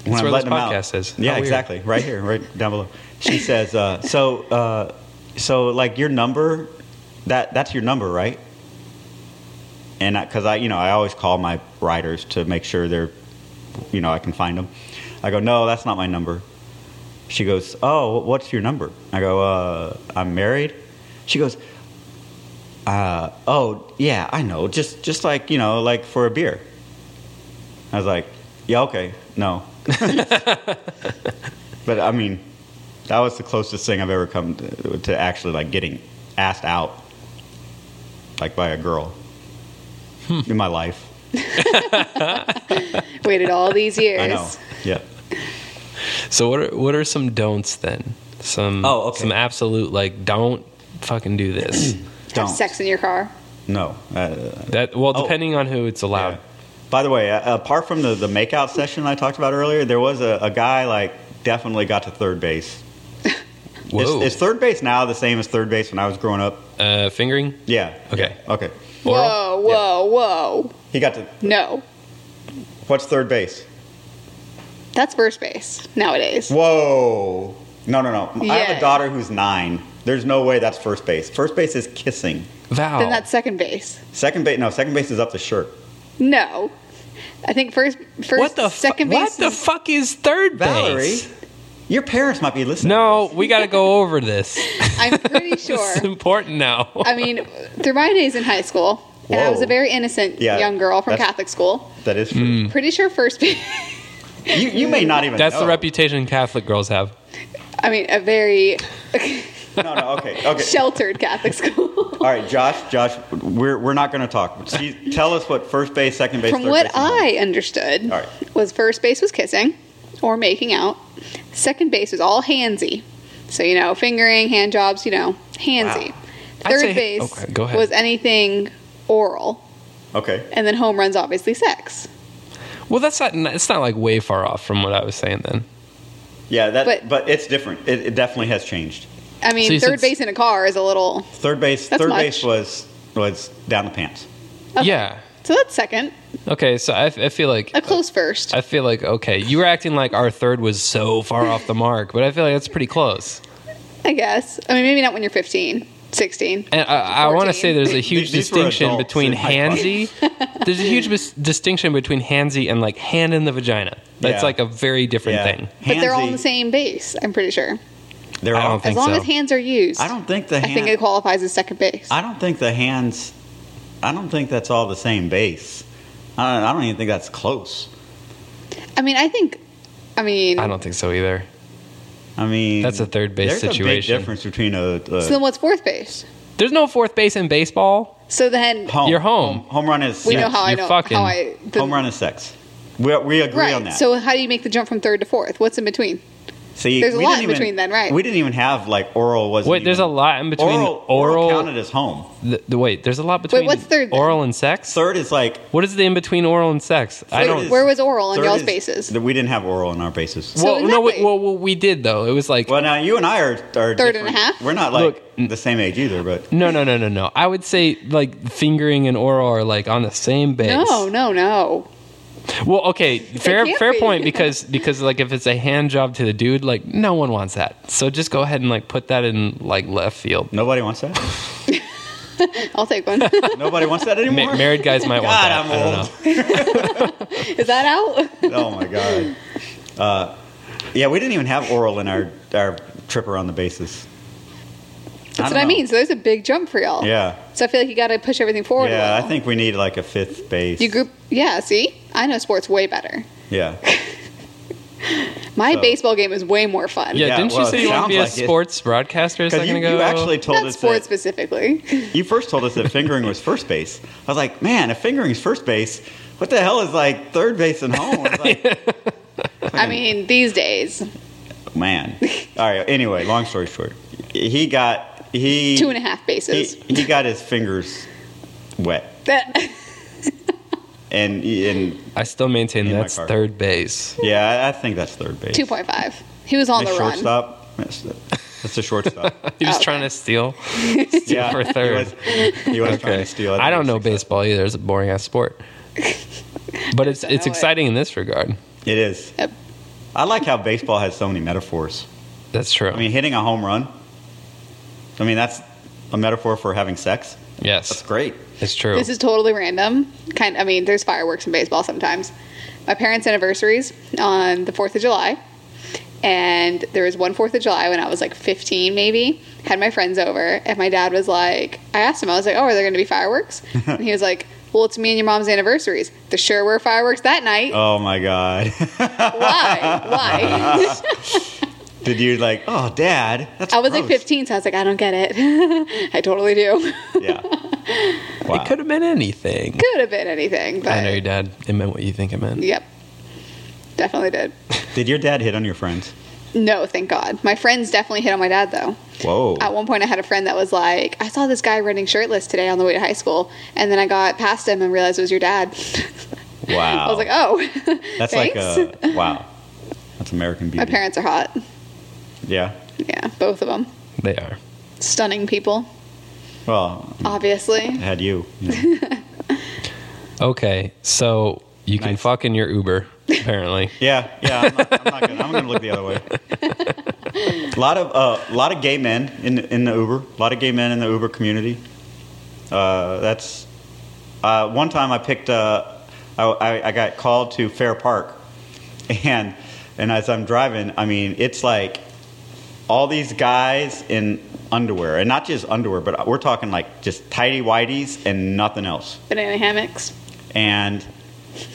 [SPEAKER 2] That's
[SPEAKER 3] I'm
[SPEAKER 2] where
[SPEAKER 3] letting
[SPEAKER 2] this
[SPEAKER 3] them
[SPEAKER 2] podcast
[SPEAKER 3] out,
[SPEAKER 2] is. How
[SPEAKER 3] yeah,
[SPEAKER 2] weird.
[SPEAKER 3] exactly, right here, right down below. She says, uh, "So, uh, so like your number, that that's your number, right?" And because I, you know, I always call my riders to make sure they're, you know, I can find them. I go, "No, that's not my number." She goes, "Oh, what's your number?" I go, uh, "I'm married." She goes, uh, "Oh, yeah, I know. Just just like you know, like for a beer." I was like, "Yeah, okay, no." but I mean, that was the closest thing I've ever come to, to actually like getting asked out, like by a girl, in my life.
[SPEAKER 4] Waited all these years.
[SPEAKER 3] I know. Yeah.
[SPEAKER 2] so what are what are some don'ts then? Some
[SPEAKER 3] Oh, okay.
[SPEAKER 2] some absolute like don't fucking do this.
[SPEAKER 4] Have
[SPEAKER 3] Don't.
[SPEAKER 4] sex in your car.
[SPEAKER 3] No. Uh,
[SPEAKER 2] that well,
[SPEAKER 3] Oh.
[SPEAKER 2] depending on who it's allowed.
[SPEAKER 3] Yeah. By the way, uh, apart from the, the makeout session I talked about earlier, there was a, a guy like definitely got to third base.
[SPEAKER 2] Whoa.
[SPEAKER 3] Is, is third base now the same as third base when I was growing up?
[SPEAKER 2] uh, fingering?
[SPEAKER 3] Yeah.
[SPEAKER 2] Okay.
[SPEAKER 3] Okay.
[SPEAKER 2] Oral?
[SPEAKER 4] Whoa, whoa, whoa!
[SPEAKER 3] He got to
[SPEAKER 4] No,
[SPEAKER 3] what's third base?
[SPEAKER 4] that's first base nowadays.
[SPEAKER 3] Whoa. No, no, no. I have
[SPEAKER 4] Yeah.
[SPEAKER 3] a daughter who's nine. There's no way that's first base. First base is kissing.
[SPEAKER 2] Vow.
[SPEAKER 4] Then that's second base.
[SPEAKER 3] Second base, no. Second base is up the shirt.
[SPEAKER 4] No, I think first, first,
[SPEAKER 2] what the fu-
[SPEAKER 4] second base.
[SPEAKER 2] What the
[SPEAKER 4] is-
[SPEAKER 2] fuck is third
[SPEAKER 3] Valerie,
[SPEAKER 2] base?
[SPEAKER 3] your parents might be listening.
[SPEAKER 2] No, we got to go over this.
[SPEAKER 4] I'm pretty sure.
[SPEAKER 2] It's important now.
[SPEAKER 4] I mean, through my days in high school, and I was
[SPEAKER 3] Whoa.
[SPEAKER 4] a very innocent
[SPEAKER 3] Yeah,
[SPEAKER 4] young girl from
[SPEAKER 3] that's- Hmm.
[SPEAKER 4] Catholic school.
[SPEAKER 3] that is. True.
[SPEAKER 4] Pretty sure first base.
[SPEAKER 3] You, you may not even.
[SPEAKER 2] Mm. That's
[SPEAKER 3] know.
[SPEAKER 2] the reputation Catholic girls have.
[SPEAKER 4] I mean, a very
[SPEAKER 3] No, no. Okay, okay.
[SPEAKER 4] sheltered Catholic school.
[SPEAKER 3] All right, Josh, Josh, we're, we're not going to talk. See, tell us what first base, second base,
[SPEAKER 4] From
[SPEAKER 3] third
[SPEAKER 4] what
[SPEAKER 3] base is.
[SPEAKER 4] I understood,
[SPEAKER 3] All right.
[SPEAKER 4] was first base was kissing or making out. Second base was all handsy. So, you know, fingering, hand jobs, you know, handsy.
[SPEAKER 3] Wow.
[SPEAKER 2] I'd
[SPEAKER 4] Third
[SPEAKER 2] say-
[SPEAKER 4] base
[SPEAKER 2] okay, go ahead.
[SPEAKER 4] was anything oral.
[SPEAKER 3] Okay.
[SPEAKER 4] And then home runs, obviously, sex.
[SPEAKER 2] Well, that's not. It's not like way far off from what I was saying then.
[SPEAKER 3] Yeah, that, but,
[SPEAKER 4] But-
[SPEAKER 3] it's different. It, it definitely has changed.
[SPEAKER 4] I mean,
[SPEAKER 2] So you
[SPEAKER 4] third
[SPEAKER 2] said s-
[SPEAKER 4] base in a car is a little.
[SPEAKER 3] Third base,
[SPEAKER 4] That's
[SPEAKER 3] third
[SPEAKER 4] much.
[SPEAKER 3] base was was down the pants.
[SPEAKER 4] Okay.
[SPEAKER 2] Yeah.
[SPEAKER 4] So that's second.
[SPEAKER 2] Okay. So I, I feel like
[SPEAKER 4] A close first.
[SPEAKER 2] I feel like okay. You were acting like our third was so far off the mark, but I feel like that's pretty close.
[SPEAKER 4] I guess. I mean, maybe not when you're 15, 16.
[SPEAKER 2] And I, I want to
[SPEAKER 4] 14.
[SPEAKER 2] say there's a huge
[SPEAKER 3] These- these were
[SPEAKER 2] distinction
[SPEAKER 3] adults
[SPEAKER 2] between
[SPEAKER 3] in high
[SPEAKER 2] handsy. there's a huge bis- distinction between handsy and like hand in the vagina. That's
[SPEAKER 3] Yeah.
[SPEAKER 2] like a very different thing.
[SPEAKER 4] But they're all
[SPEAKER 3] Handsy,
[SPEAKER 4] on the same base, I'm pretty sure.
[SPEAKER 3] They're
[SPEAKER 2] I
[SPEAKER 3] all.
[SPEAKER 2] don't think-
[SPEAKER 4] As long
[SPEAKER 2] so.
[SPEAKER 4] as hands are used,
[SPEAKER 3] I don't think the
[SPEAKER 4] I
[SPEAKER 3] hand.
[SPEAKER 4] think it qualifies as second base.
[SPEAKER 3] I don't think the hands. I don't think that's all the same base. I don't, I don't even think that's close.
[SPEAKER 4] I mean, I think, I mean,
[SPEAKER 2] I don't think so either.
[SPEAKER 3] I mean,
[SPEAKER 2] That's a third base
[SPEAKER 3] there's
[SPEAKER 2] situation.
[SPEAKER 3] A big difference between a, a
[SPEAKER 4] so then what's fourth base?
[SPEAKER 2] There's no fourth base in baseball.
[SPEAKER 4] So then
[SPEAKER 3] home.
[SPEAKER 2] You're home.
[SPEAKER 3] home. Home run is.
[SPEAKER 4] we know
[SPEAKER 3] sex.
[SPEAKER 4] how I
[SPEAKER 2] you're
[SPEAKER 4] know
[SPEAKER 2] fucking-
[SPEAKER 4] how I. The,
[SPEAKER 3] Home run is sex. We, we agree
[SPEAKER 4] right.
[SPEAKER 3] on that.
[SPEAKER 4] So how do you make the jump from third to fourth? What's in between?
[SPEAKER 3] See,
[SPEAKER 4] There's a
[SPEAKER 3] we
[SPEAKER 4] lot
[SPEAKER 3] didn't
[SPEAKER 4] in between then, right?
[SPEAKER 3] We didn't even have like oral was.
[SPEAKER 2] Wait, there's a lot in between
[SPEAKER 3] Oral,
[SPEAKER 2] oral-
[SPEAKER 3] counted as home.
[SPEAKER 2] Th- th- wait, there's a lot between
[SPEAKER 4] what's third then?
[SPEAKER 2] oral and sex.
[SPEAKER 3] Third is like
[SPEAKER 2] What is the in between oral and sex? I
[SPEAKER 3] Third
[SPEAKER 2] don't.
[SPEAKER 3] is-
[SPEAKER 4] Where was oral on
[SPEAKER 3] third
[SPEAKER 4] y'all's
[SPEAKER 3] is-
[SPEAKER 4] bases?
[SPEAKER 3] that we didn't have oral in our bases.
[SPEAKER 4] So
[SPEAKER 2] well, no, we,
[SPEAKER 4] exactly.
[SPEAKER 2] well, well, we did though. It was like
[SPEAKER 3] Well, now you and I are, are third
[SPEAKER 4] and a half?
[SPEAKER 3] We're not like
[SPEAKER 2] Look,
[SPEAKER 3] the same age either, but
[SPEAKER 2] no, no, no, no, no. I would say like fingering and oral are like on the same base.
[SPEAKER 4] No, no, no.
[SPEAKER 2] Well, okay, fair
[SPEAKER 4] can't
[SPEAKER 2] fair
[SPEAKER 4] be.
[SPEAKER 2] point because because like if it's a hand job to the dude, like no one wants that. So just go ahead and like put that in like left field.
[SPEAKER 3] Nobody wants that.
[SPEAKER 4] I'll take one.
[SPEAKER 3] Nobody wants that
[SPEAKER 2] Ma-
[SPEAKER 3] anymore.
[SPEAKER 2] married guys might want
[SPEAKER 3] God,
[SPEAKER 2] that.
[SPEAKER 3] I'm
[SPEAKER 2] I don't
[SPEAKER 3] old.
[SPEAKER 2] know.
[SPEAKER 4] Is that out?
[SPEAKER 3] oh my god. Uh, yeah, we didn't even have oral in our our trip around the bases. don't
[SPEAKER 4] That's what I
[SPEAKER 3] know.
[SPEAKER 4] mean. So there's a big jump for y'all.
[SPEAKER 3] Yeah,
[SPEAKER 4] So I feel like you got to push everything forward. a
[SPEAKER 3] yeah. I
[SPEAKER 4] little.
[SPEAKER 3] think we need like a fifth base.
[SPEAKER 4] you group. Yeah. See, I know sports way better.
[SPEAKER 3] Yeah.
[SPEAKER 4] My
[SPEAKER 3] So-
[SPEAKER 4] baseball game is way more fun.
[SPEAKER 2] Yeah,
[SPEAKER 3] Yeah,
[SPEAKER 2] didn't
[SPEAKER 3] well,
[SPEAKER 2] you
[SPEAKER 3] it
[SPEAKER 2] say you want to be
[SPEAKER 3] sounds
[SPEAKER 2] a
[SPEAKER 3] like it.
[SPEAKER 2] sports broadcaster a
[SPEAKER 3] Because
[SPEAKER 2] second
[SPEAKER 3] you,
[SPEAKER 2] ago?
[SPEAKER 3] you actually told
[SPEAKER 4] Not
[SPEAKER 3] us
[SPEAKER 4] sports
[SPEAKER 3] that,
[SPEAKER 4] specifically.
[SPEAKER 3] you first told us that fingering was first base. I was like, man, if fingering's first base, what the hell is like third base and home? I was like,
[SPEAKER 4] I mean, these days,
[SPEAKER 3] man. All right. Anyway, long story short, he got he
[SPEAKER 4] two and a half
[SPEAKER 3] he,
[SPEAKER 4] bases.
[SPEAKER 3] he got his fingers wet,
[SPEAKER 4] That-
[SPEAKER 3] and and
[SPEAKER 2] I still maintain
[SPEAKER 3] In my
[SPEAKER 2] that's
[SPEAKER 3] car.
[SPEAKER 2] third base.
[SPEAKER 3] yeah, I, I think that's third base.
[SPEAKER 4] two point five. He was on
[SPEAKER 3] Nice
[SPEAKER 4] the run.
[SPEAKER 3] shortstop. That's, that's a shortstop.
[SPEAKER 2] He was
[SPEAKER 4] Oh,
[SPEAKER 2] trying
[SPEAKER 4] okay.
[SPEAKER 2] to steal.
[SPEAKER 3] yeah,
[SPEAKER 2] for
[SPEAKER 3] He
[SPEAKER 2] third.
[SPEAKER 3] was, he was trying
[SPEAKER 2] Okay.
[SPEAKER 3] to steal.
[SPEAKER 2] I don't know
[SPEAKER 3] think
[SPEAKER 2] baseball either. It's a boring ass sport. But it's
[SPEAKER 4] don't
[SPEAKER 2] it's
[SPEAKER 4] know it.
[SPEAKER 2] exciting in this regard.
[SPEAKER 3] It is.
[SPEAKER 4] Yep.
[SPEAKER 3] I like how baseball has so many metaphors.
[SPEAKER 2] That's true.
[SPEAKER 3] I mean, hitting a home run. I mean, that's a metaphor for having sex. That's
[SPEAKER 2] yes,
[SPEAKER 3] great.
[SPEAKER 2] it's true.
[SPEAKER 4] This is totally random. Kind. I mean, there's fireworks in baseball sometimes. My parents' anniversaries on the Fourth of July, and there was one Fourth of July when I was like 15, maybe. Had my friends over, and my dad was like, I asked him, I was like, "Oh, are there going to be fireworks?" and he was like, "Well, it's me and your mom's anniversaries. There sure were fireworks that night.
[SPEAKER 3] Oh my god!
[SPEAKER 4] Why? Why?"
[SPEAKER 3] Did you like? Oh, Dad. That's
[SPEAKER 4] I was like
[SPEAKER 3] gross."
[SPEAKER 4] 15, so I was like, I don't get it. I totally do.
[SPEAKER 3] Yeah. Wow.
[SPEAKER 2] It could have been anything.
[SPEAKER 4] Could have been anything, but
[SPEAKER 2] I know your dad. It meant what you think it meant.
[SPEAKER 4] yep, definitely did.
[SPEAKER 3] Did your dad hit on your friends?
[SPEAKER 4] No, thank God. My friends definitely hit on my dad though.
[SPEAKER 3] Whoa.
[SPEAKER 4] At one point, I had a friend that was like, I saw this guy running shirtless today on the way to high school, and then I got past him and realized it was your dad.
[SPEAKER 3] wow.
[SPEAKER 4] I was like, oh,
[SPEAKER 3] That's
[SPEAKER 4] thanks.
[SPEAKER 3] like a wow. That's American beauty.
[SPEAKER 4] my parents are hot.
[SPEAKER 3] Yeah.
[SPEAKER 4] Yeah, both of them.
[SPEAKER 2] They are.
[SPEAKER 4] Stunning people,
[SPEAKER 3] Well, I
[SPEAKER 4] Uh, obviously.
[SPEAKER 3] had you. you know.
[SPEAKER 2] Okay, so you can
[SPEAKER 3] Nice.
[SPEAKER 2] fuck in your Uber, apparently.
[SPEAKER 3] Yeah. Yeah. I'm not, I'm not gonna, I'm gonna look the other way. A lot of a lot of gay men in in the Uber. A lot of gay men in the Uber community. Uh, that's uh, one time I picked. Uh, I, I, I got called to Fair Park, and and as I'm driving, I mean, it's like all these guys in underwear, and not just underwear, but we're talking like just tidy whities and nothing else.
[SPEAKER 4] Banana hammocks.
[SPEAKER 3] And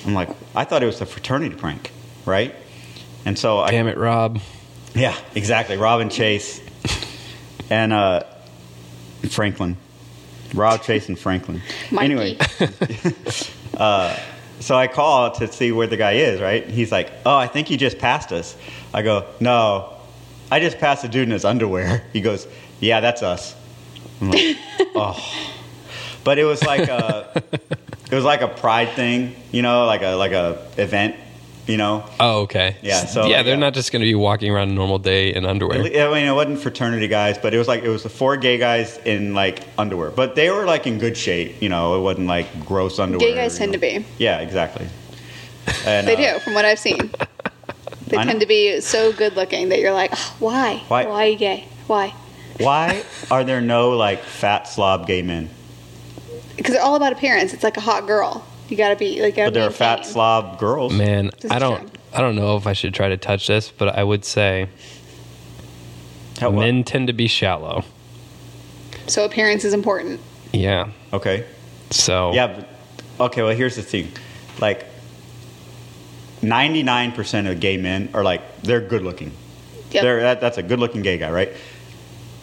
[SPEAKER 3] I'm like, I thought it was a fraternity prank, right? And so I
[SPEAKER 2] Damn it, Rob.
[SPEAKER 3] yeah, exactly. Robin Chase and uh, Franklin. Rob Chase and Franklin.
[SPEAKER 4] Mikey.
[SPEAKER 3] Anyway, so I call to see where the guy is, right? He's like, Oh, I think you just passed us. I go, No, I just passed a dude in his underwear. He goes, Yeah, that's us. I'm like, Oh. But it was like a, it was like a pride thing, you know, like a like a event, you know.
[SPEAKER 2] Oh, okay.
[SPEAKER 3] Yeah, so,
[SPEAKER 2] yeah, they're
[SPEAKER 3] yeah.
[SPEAKER 2] not just going to be walking around a normal day in
[SPEAKER 3] At
[SPEAKER 2] underwear.
[SPEAKER 3] le- I mean, it wasn't fraternity guys, but it was like it was the four gay guys in like underwear, but they were like in good shape. You know, it wasn't like gross underwear.
[SPEAKER 4] Gay guys
[SPEAKER 3] you
[SPEAKER 4] tend
[SPEAKER 3] know.
[SPEAKER 4] to be.
[SPEAKER 3] Yeah, exactly. And,
[SPEAKER 4] They
[SPEAKER 3] uh,
[SPEAKER 4] do, from what I've seen. They
[SPEAKER 3] I know.
[SPEAKER 4] tend to be so good looking that you're like, "Ugh, why?
[SPEAKER 3] Why-
[SPEAKER 4] Why are you gay? Why?
[SPEAKER 3] Why are there no like fat slob gay men,
[SPEAKER 4] Because they're all about appearance. It's like a hot girl. You gotta be like.
[SPEAKER 3] but there are fat slob girls?
[SPEAKER 2] Man,
[SPEAKER 4] This is
[SPEAKER 2] I don't.
[SPEAKER 4] true.
[SPEAKER 2] I don't know if I should try to touch this, but I would say
[SPEAKER 3] Hell, what?
[SPEAKER 2] men tend to be shallow.
[SPEAKER 4] So appearance is important.
[SPEAKER 2] Yeah.
[SPEAKER 3] Okay.
[SPEAKER 2] So
[SPEAKER 3] Yeah. But, okay. Well, here's the thing. Like, ninety-nine percent of gay men are like they're good looking.
[SPEAKER 4] Yep.
[SPEAKER 3] They're, that, that's a good looking gay guy, right?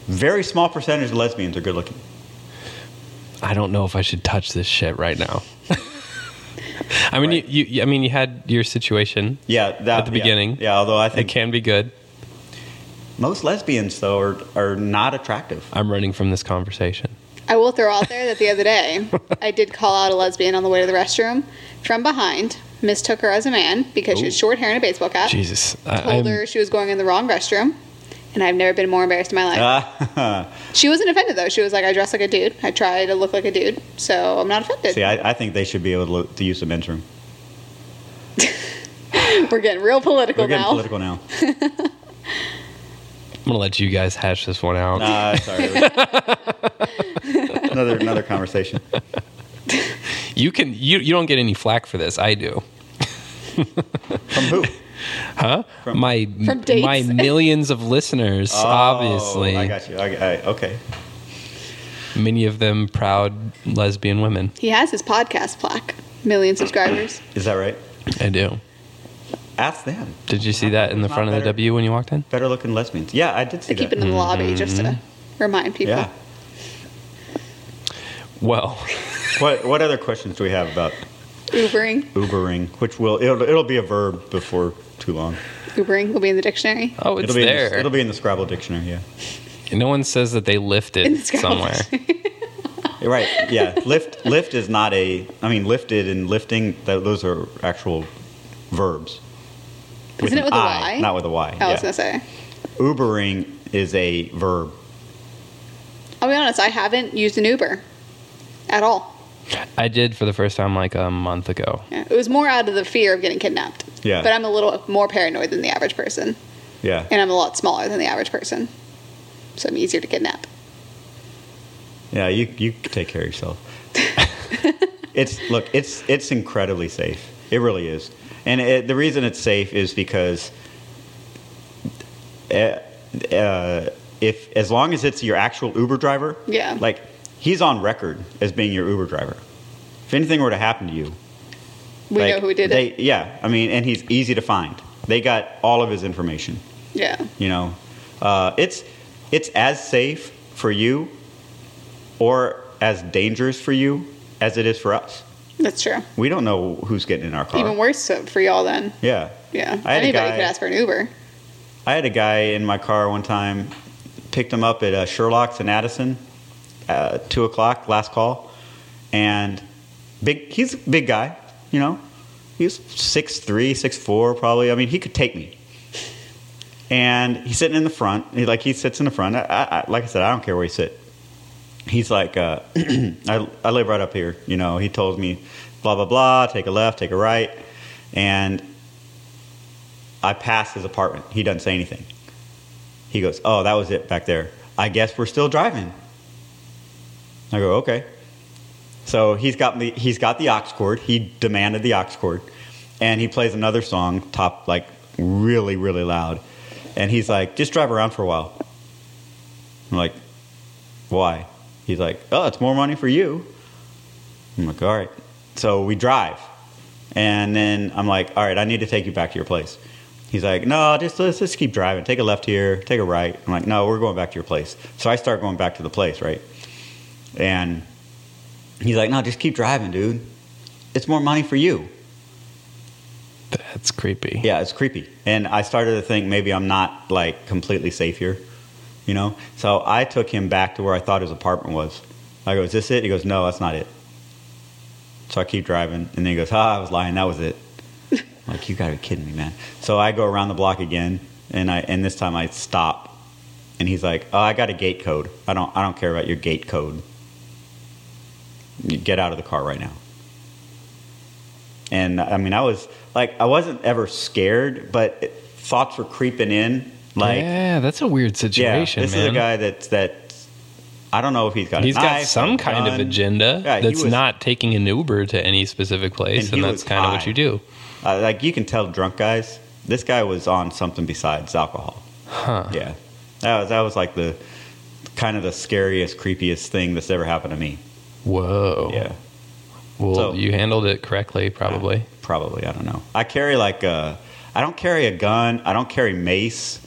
[SPEAKER 3] Very small percentage of lesbians are good looking.
[SPEAKER 2] I don't know if I should touch this shit right now. I mean,
[SPEAKER 3] Right.
[SPEAKER 2] you, you. I mean, you had your situation.
[SPEAKER 3] Yeah, that,
[SPEAKER 2] At the
[SPEAKER 3] yeah.
[SPEAKER 2] beginning.
[SPEAKER 3] Yeah, although I
[SPEAKER 2] It
[SPEAKER 3] think
[SPEAKER 2] can be good.
[SPEAKER 3] most lesbians though are are not attractive.
[SPEAKER 2] I'm running from this conversation.
[SPEAKER 4] I will throw out there that the other day I did call out a lesbian on the way to the restroom from behind. Mistook her as a man because she had
[SPEAKER 3] Ooh.
[SPEAKER 4] short hair and a baseball cap.
[SPEAKER 2] Jesus, I, I'm,
[SPEAKER 4] Told her she was going in the wrong restroom, and I've never been more embarrassed in my
[SPEAKER 3] Ah.
[SPEAKER 4] life. she wasn't offended though. She was like, "I dress like a dude. I try to look like a dude, so I'm not offended."
[SPEAKER 3] See, I, I think they should be able to, to use the men's room.
[SPEAKER 4] We're getting real political
[SPEAKER 3] We're getting
[SPEAKER 4] now.
[SPEAKER 3] political now.
[SPEAKER 2] I'm gonna let you guys hash this one out.
[SPEAKER 3] Nah, sorry. another another conversation.
[SPEAKER 2] You can you you don't get any flack for this. I do.
[SPEAKER 3] From who?
[SPEAKER 2] Huh?
[SPEAKER 3] From-
[SPEAKER 2] my
[SPEAKER 4] From dates.
[SPEAKER 2] my millions of listeners,
[SPEAKER 3] Oh,
[SPEAKER 2] obviously.
[SPEAKER 3] I got you. I, I, okay.
[SPEAKER 2] Many of them proud lesbian women.
[SPEAKER 4] He has his podcast plaque, million subscribers.
[SPEAKER 3] Is that right?
[SPEAKER 2] I do.
[SPEAKER 3] Ask them.
[SPEAKER 2] Did you see that in the
[SPEAKER 3] Not
[SPEAKER 2] front of the
[SPEAKER 3] better.
[SPEAKER 2] W when you walked in?
[SPEAKER 3] Better looking lesbians. Yeah, I did see
[SPEAKER 4] They keep it
[SPEAKER 3] that.
[SPEAKER 4] in the lobby just to remind people.
[SPEAKER 3] Mm-hmm. Yeah.
[SPEAKER 2] Well,
[SPEAKER 3] What what other questions do we have about
[SPEAKER 4] Ubering,
[SPEAKER 3] Ubering? Which will it'll, it'll be a verb before too long.
[SPEAKER 4] Ubering will be in the dictionary.
[SPEAKER 2] oh, it's
[SPEAKER 3] it'll be In
[SPEAKER 2] there.
[SPEAKER 3] the, it'll be in the Scrabble dictionary. Yeah.
[SPEAKER 2] no one says that they lift
[SPEAKER 4] In the
[SPEAKER 2] it
[SPEAKER 4] Scrabble
[SPEAKER 2] somewhere.
[SPEAKER 3] Right. Yeah. lift lift is not a. I mean, lifted and lifting. Th- those are actual verbs.
[SPEAKER 4] Isn't it
[SPEAKER 3] an
[SPEAKER 4] with a
[SPEAKER 3] I,
[SPEAKER 4] Y? Oh,
[SPEAKER 3] Not with a Y.
[SPEAKER 4] I was
[SPEAKER 3] yeah.
[SPEAKER 4] gonna say.
[SPEAKER 3] Ubering is a verb.
[SPEAKER 4] I'll be honest. I haven't used an Uber at all.
[SPEAKER 2] I did for the first time like a month ago.
[SPEAKER 4] Yeah, It was more out of the fear of getting kidnapped.
[SPEAKER 3] Yeah.
[SPEAKER 4] But I'm a little more paranoid than the average person,
[SPEAKER 3] Yeah.
[SPEAKER 4] and I'm a lot smaller than the average person, so I'm easier to kidnap.
[SPEAKER 3] Yeah. You you take care of yourself. it's look. It's it's incredibly safe. It really is. And it, the reason it's safe is because uh, uh, if as long as it's your actual Uber driver,
[SPEAKER 4] Yeah.
[SPEAKER 3] like he's on record as being your Uber driver. If anything were to happen to you,
[SPEAKER 4] We
[SPEAKER 3] like,
[SPEAKER 4] know who did
[SPEAKER 3] they,
[SPEAKER 4] it.
[SPEAKER 3] Yeah, I mean, and he's easy to find. They got all of his information.
[SPEAKER 4] Yeah.
[SPEAKER 3] You know, uh, it's it's as safe for you, or as dangerous for you as it is for us.
[SPEAKER 4] That's true.
[SPEAKER 3] We don't know who's getting in our car.
[SPEAKER 4] Even worse so- for y'all then.
[SPEAKER 3] yeah,
[SPEAKER 4] Yeah.
[SPEAKER 3] I had a
[SPEAKER 4] Anybody
[SPEAKER 3] guy-
[SPEAKER 4] could ask for an Uber.
[SPEAKER 3] I had a guy in my car one time, picked him up at uh, Sherlock's in Addison, uh, two o'clock, last call, and big. He's a big guy, you know. He was six three, six four, probably. I mean, he could take me. And he's sitting in the front. He like he sits in the front. I, I, I- like I said, I don't care where he sit. He's like, uh, I, I live right up here. You know, he told me, blah blah blah. Take a left, take a right, and I pass his apartment. He doesn't say anything. He goes, Oh, that was it back there. I guess we're still driving. I go, Okay. So he's got me he's got the ox chord. He demanded the ox chord. And he plays another song, top like really, really loud. And he's like, just drive around for a while. I'm like, why? He's like, Oh, it's more money for you. I'm like, all right. So we drive. And then I'm like, all right, I need to take you back to your place. He's like, no, just let's just keep driving. Take a left here, take a right. I'm like, no, we're going back to your place. So I start going back to the place, right? And he's like, no, just keep driving, dude. It's more money for you.
[SPEAKER 2] That's creepy.
[SPEAKER 3] Yeah, it's creepy. And I started to think maybe I'm not like completely safe here, you know? So I took him back to where I thought his apartment was. I go, is this it? He goes, no, that's not it. So I keep driving. And then he goes, ah, I was lying. That was it. I'm like, you gotta be kidding me, man. So I go around the block again. And, I, and this time I stop. And he's like, oh, I got a gate code. I don't, I don't care about your gate code. You get out of the car right now. And I mean, I was like, I wasn't ever scared, but it, thoughts were creeping in. Like, yeah,
[SPEAKER 2] yeah, that's a weird situation,
[SPEAKER 3] this
[SPEAKER 2] man.
[SPEAKER 3] is a guy that's that. I don't know if he's got.
[SPEAKER 2] He's
[SPEAKER 3] a
[SPEAKER 2] got
[SPEAKER 3] knife,
[SPEAKER 2] some
[SPEAKER 3] a
[SPEAKER 2] kind of
[SPEAKER 3] gun.
[SPEAKER 2] agenda
[SPEAKER 3] Yeah, he
[SPEAKER 2] that's
[SPEAKER 3] was-
[SPEAKER 2] not taking an Uber to any specific place,
[SPEAKER 3] And
[SPEAKER 2] and,
[SPEAKER 3] he
[SPEAKER 2] that's
[SPEAKER 3] was
[SPEAKER 2] kind of what
[SPEAKER 3] high.
[SPEAKER 2] you do.
[SPEAKER 3] Uh, like you can tell, drunk guys. This guy was on something besides alcohol.
[SPEAKER 2] Huh.
[SPEAKER 3] Yeah, that was that was like the kind of the scariest, creepiest thing that's ever happened to me.
[SPEAKER 2] Whoa.
[SPEAKER 3] Yeah,
[SPEAKER 2] Well,
[SPEAKER 3] So-
[SPEAKER 2] you handled it correctly, probably.
[SPEAKER 3] probably. I don't know. I carry like a. I don't carry a gun. I don't carry mace,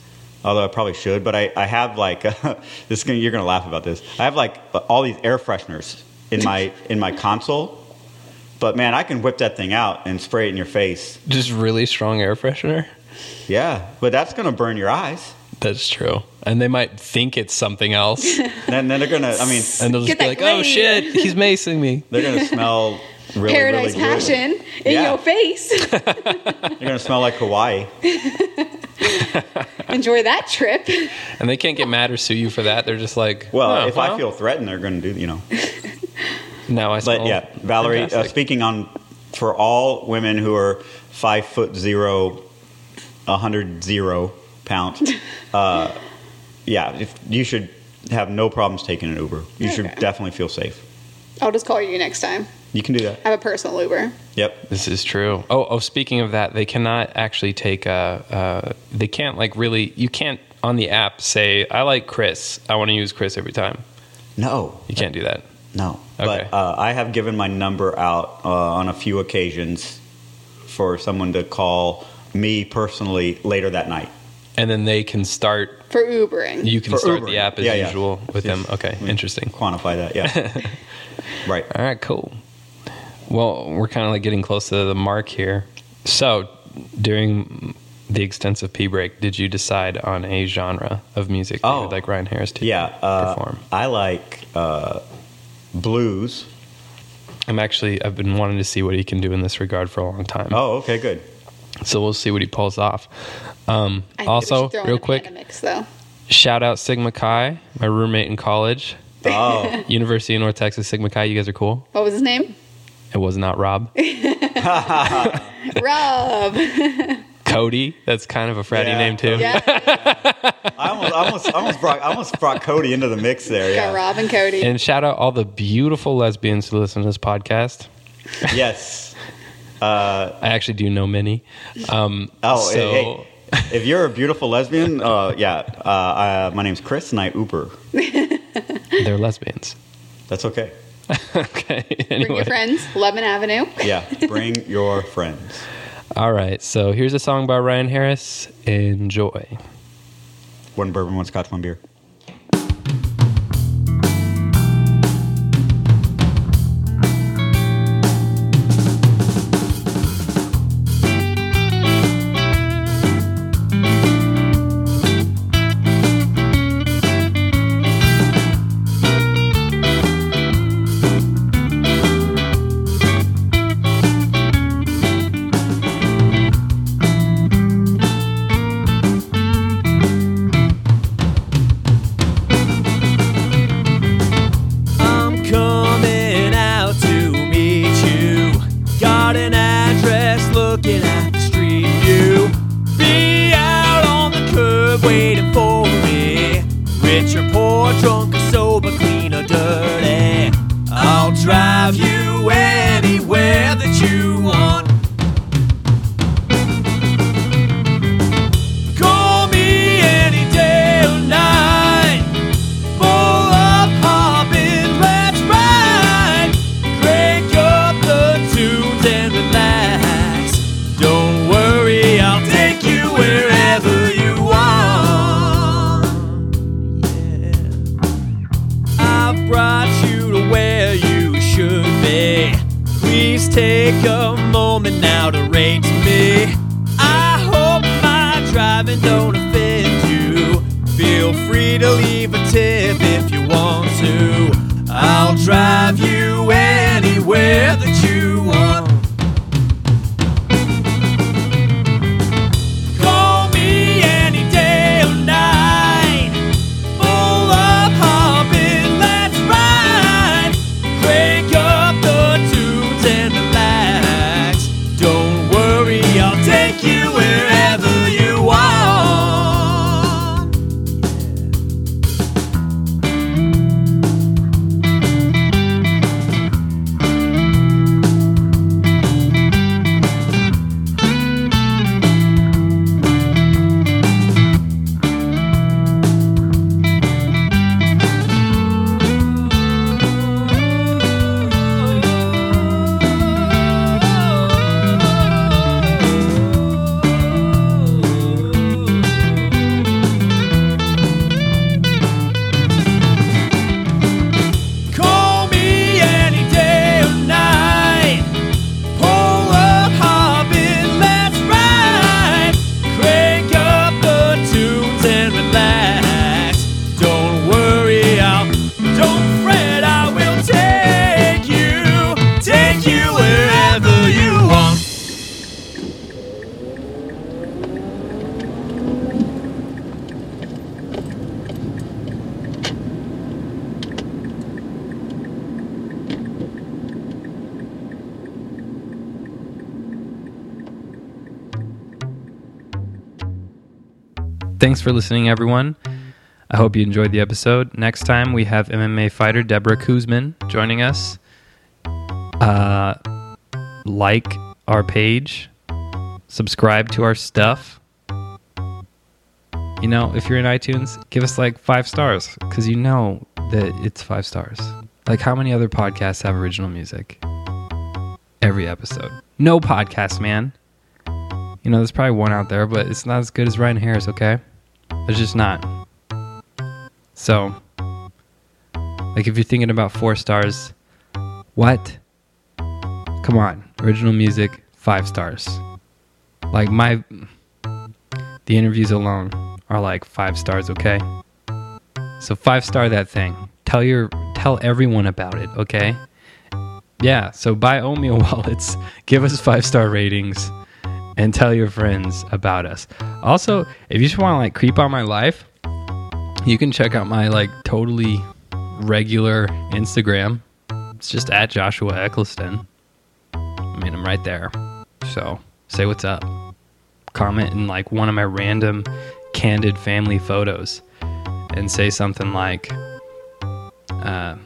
[SPEAKER 3] although I probably should. But I, I have like this. Is gonna, you're gonna laugh about this. I have like all these air fresheners in my in my console. But man, I can whip that thing out and spray it in your face.
[SPEAKER 2] Just really strong air freshener.
[SPEAKER 3] Yeah, but that's gonna burn your eyes.
[SPEAKER 2] That's true. And they might think it's something else,
[SPEAKER 3] Then then they're gonna. I mean,
[SPEAKER 2] and they'll just
[SPEAKER 4] Get
[SPEAKER 2] be
[SPEAKER 4] that
[SPEAKER 2] like, "Oh
[SPEAKER 4] lane."
[SPEAKER 2] shit, he's macing me."
[SPEAKER 3] they're gonna smell really
[SPEAKER 4] Paradise
[SPEAKER 3] really good.
[SPEAKER 4] Passion in
[SPEAKER 3] Yeah.
[SPEAKER 4] your face.
[SPEAKER 3] They're gonna smell like Hawaii.
[SPEAKER 4] Enjoy that trip.
[SPEAKER 2] And they can't get mad or sue you for that. They're just like,
[SPEAKER 3] Well,
[SPEAKER 2] "Oh,
[SPEAKER 3] if I
[SPEAKER 2] well,
[SPEAKER 3] feel threatened, they're gonna do. You know.
[SPEAKER 2] now I smell."
[SPEAKER 3] But yeah, Valerie, uh,
[SPEAKER 2] fantastic.
[SPEAKER 3] speaking on for all women who are five foot zero, a hundred zero pound, uh, yeah, if you should have no problems taking an Uber. You should
[SPEAKER 4] Okay.
[SPEAKER 3] definitely feel safe.
[SPEAKER 4] I'll just call you next time.
[SPEAKER 3] You can do that.
[SPEAKER 4] I have a personal Uber.
[SPEAKER 3] Yep.
[SPEAKER 2] This is true. Oh, oh. Speaking of that, they cannot actually take. Uh, uh, they can't like really. You can't on the app say I like Chris. I want to use Chris every time.
[SPEAKER 3] No,
[SPEAKER 2] You can't do that.
[SPEAKER 3] No,
[SPEAKER 2] Okay.
[SPEAKER 3] but uh, I have given my number out uh, on a few occasions for someone to call me personally later that night.
[SPEAKER 2] And then they can start.
[SPEAKER 4] For Ubering.
[SPEAKER 2] You can
[SPEAKER 3] For
[SPEAKER 2] start
[SPEAKER 3] Uber.
[SPEAKER 2] the app as
[SPEAKER 3] Yeah, yeah.
[SPEAKER 2] usual with them.
[SPEAKER 3] Yes.
[SPEAKER 2] Okay,
[SPEAKER 3] Mm.
[SPEAKER 2] interesting.
[SPEAKER 3] Quantify that, yeah. right.
[SPEAKER 2] All right, cool. Well, we're kind of like getting close to the mark here. So, during the extensive pee break, did you decide on a genre of music that you
[SPEAKER 3] Oh.
[SPEAKER 2] would like Ryan Harris to
[SPEAKER 3] Yeah. Uh,
[SPEAKER 2] perform?
[SPEAKER 3] I like uh, blues.
[SPEAKER 2] I'm actually I've been wanting to see what he can do in this regard for a long time.
[SPEAKER 3] Oh, okay, good.
[SPEAKER 2] So we'll see what he pulls off. Um,
[SPEAKER 4] I think we
[SPEAKER 2] also,
[SPEAKER 4] should throw in
[SPEAKER 2] real
[SPEAKER 4] a
[SPEAKER 2] quick,
[SPEAKER 4] Panda Mix, though.
[SPEAKER 2] shout out Sigma Chi, my roommate in college,
[SPEAKER 3] Oh,
[SPEAKER 2] University of North Texas. Sigma Chi, you guys are cool.
[SPEAKER 4] What was his name?
[SPEAKER 2] It was not Rob.
[SPEAKER 4] Rob.
[SPEAKER 2] Cody. That's kind of a fratty
[SPEAKER 3] Yeah.
[SPEAKER 2] name too.
[SPEAKER 4] yeah,
[SPEAKER 3] I almost, I almost, I almost, brought, I almost brought Cody into the mix there. Yeah.
[SPEAKER 4] got Rob and Cody.
[SPEAKER 2] And shout out all the beautiful lesbians who listen to this podcast.
[SPEAKER 3] Yes.
[SPEAKER 2] I actually do know many. Um,
[SPEAKER 3] Oh,
[SPEAKER 2] so
[SPEAKER 3] hey, hey. If you're a beautiful lesbian, uh, yeah. Uh, uh, my name's Chris, and I Uber.
[SPEAKER 2] they're lesbians.
[SPEAKER 3] That's okay.
[SPEAKER 2] okay. Anyway.
[SPEAKER 4] Bring your friends. Lebanon Avenue.
[SPEAKER 3] Yeah. Bring your friends.
[SPEAKER 2] All right. So here's a song by Ryan Harris. Enjoy.
[SPEAKER 3] One bourbon, one scotch, one beer.
[SPEAKER 1] I'm coming out to meet you. Got an address looking at the street view. Be out on the curb waiting for me. Rich or poor, drunk or sober, clean or dirty. I'll drive you anywhere that you want. Call me any day or night. Full of hopping, let's ride. Crank up the tunes and relax. Don't worry, I'll take you wherever you want. Yeah. I've brought you to where you should be. Please take a moment now to rate me. I hope my driving don't offend you. Feel free to leave a tip if you want to. I'll drive you anywhere that you want. Call me any day or night. Full of hopping, let's ride. Break up the tunes and relax. Don't worry, I'll take you wherever you want.
[SPEAKER 2] Thanks for listening, everyone. I hope you enjoyed the episode. Next time, we have MMA fighter Deborah Kuzman joining us. Uh, like our page, subscribe to our stuff. You know, if you're in iTunes, give us like five stars because you know that it's five stars. Like, how many other podcasts have original music? Every episode. No podcast, man. You know, there's probably one out there, but it's not as good as Ryan Harris, okay? It's just not. So, like, if you're thinking about four stars, what? Come on. Original music, five stars. Like, my. The interviews alone are like five stars, okay? So, five star that thing. Tell your. Tell everyone about it, okay? Yeah, so buy Omeo wallets, give us five star ratings and tell your friends about us. Also, if you just want to like creep on my life, you can check out my like totally regular Instagram. It's just at Joshua Eccleston. I mean, I'm right there. So say what's up. Comment in like one of my random candid family photos and say something like, uh,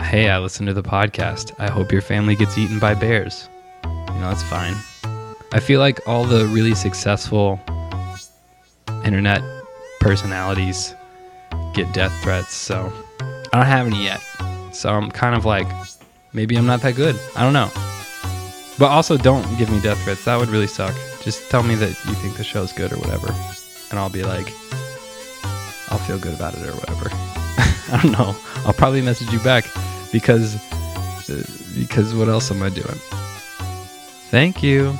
[SPEAKER 2] Hey, I listened to the podcast. I hope your family gets eaten by bears. You know, that's fine. I feel like all the really successful internet personalities get death threats, so I don't have any yet. So I'm kind of like, maybe I'm not that good. I don't know. But also, don't give me death threats. That would really suck. Just tell me that you think the show's good or whatever, and I'll be like, I'll feel good about it or whatever. I don't know. I'll probably message you back because because what else am I doing? Thank you.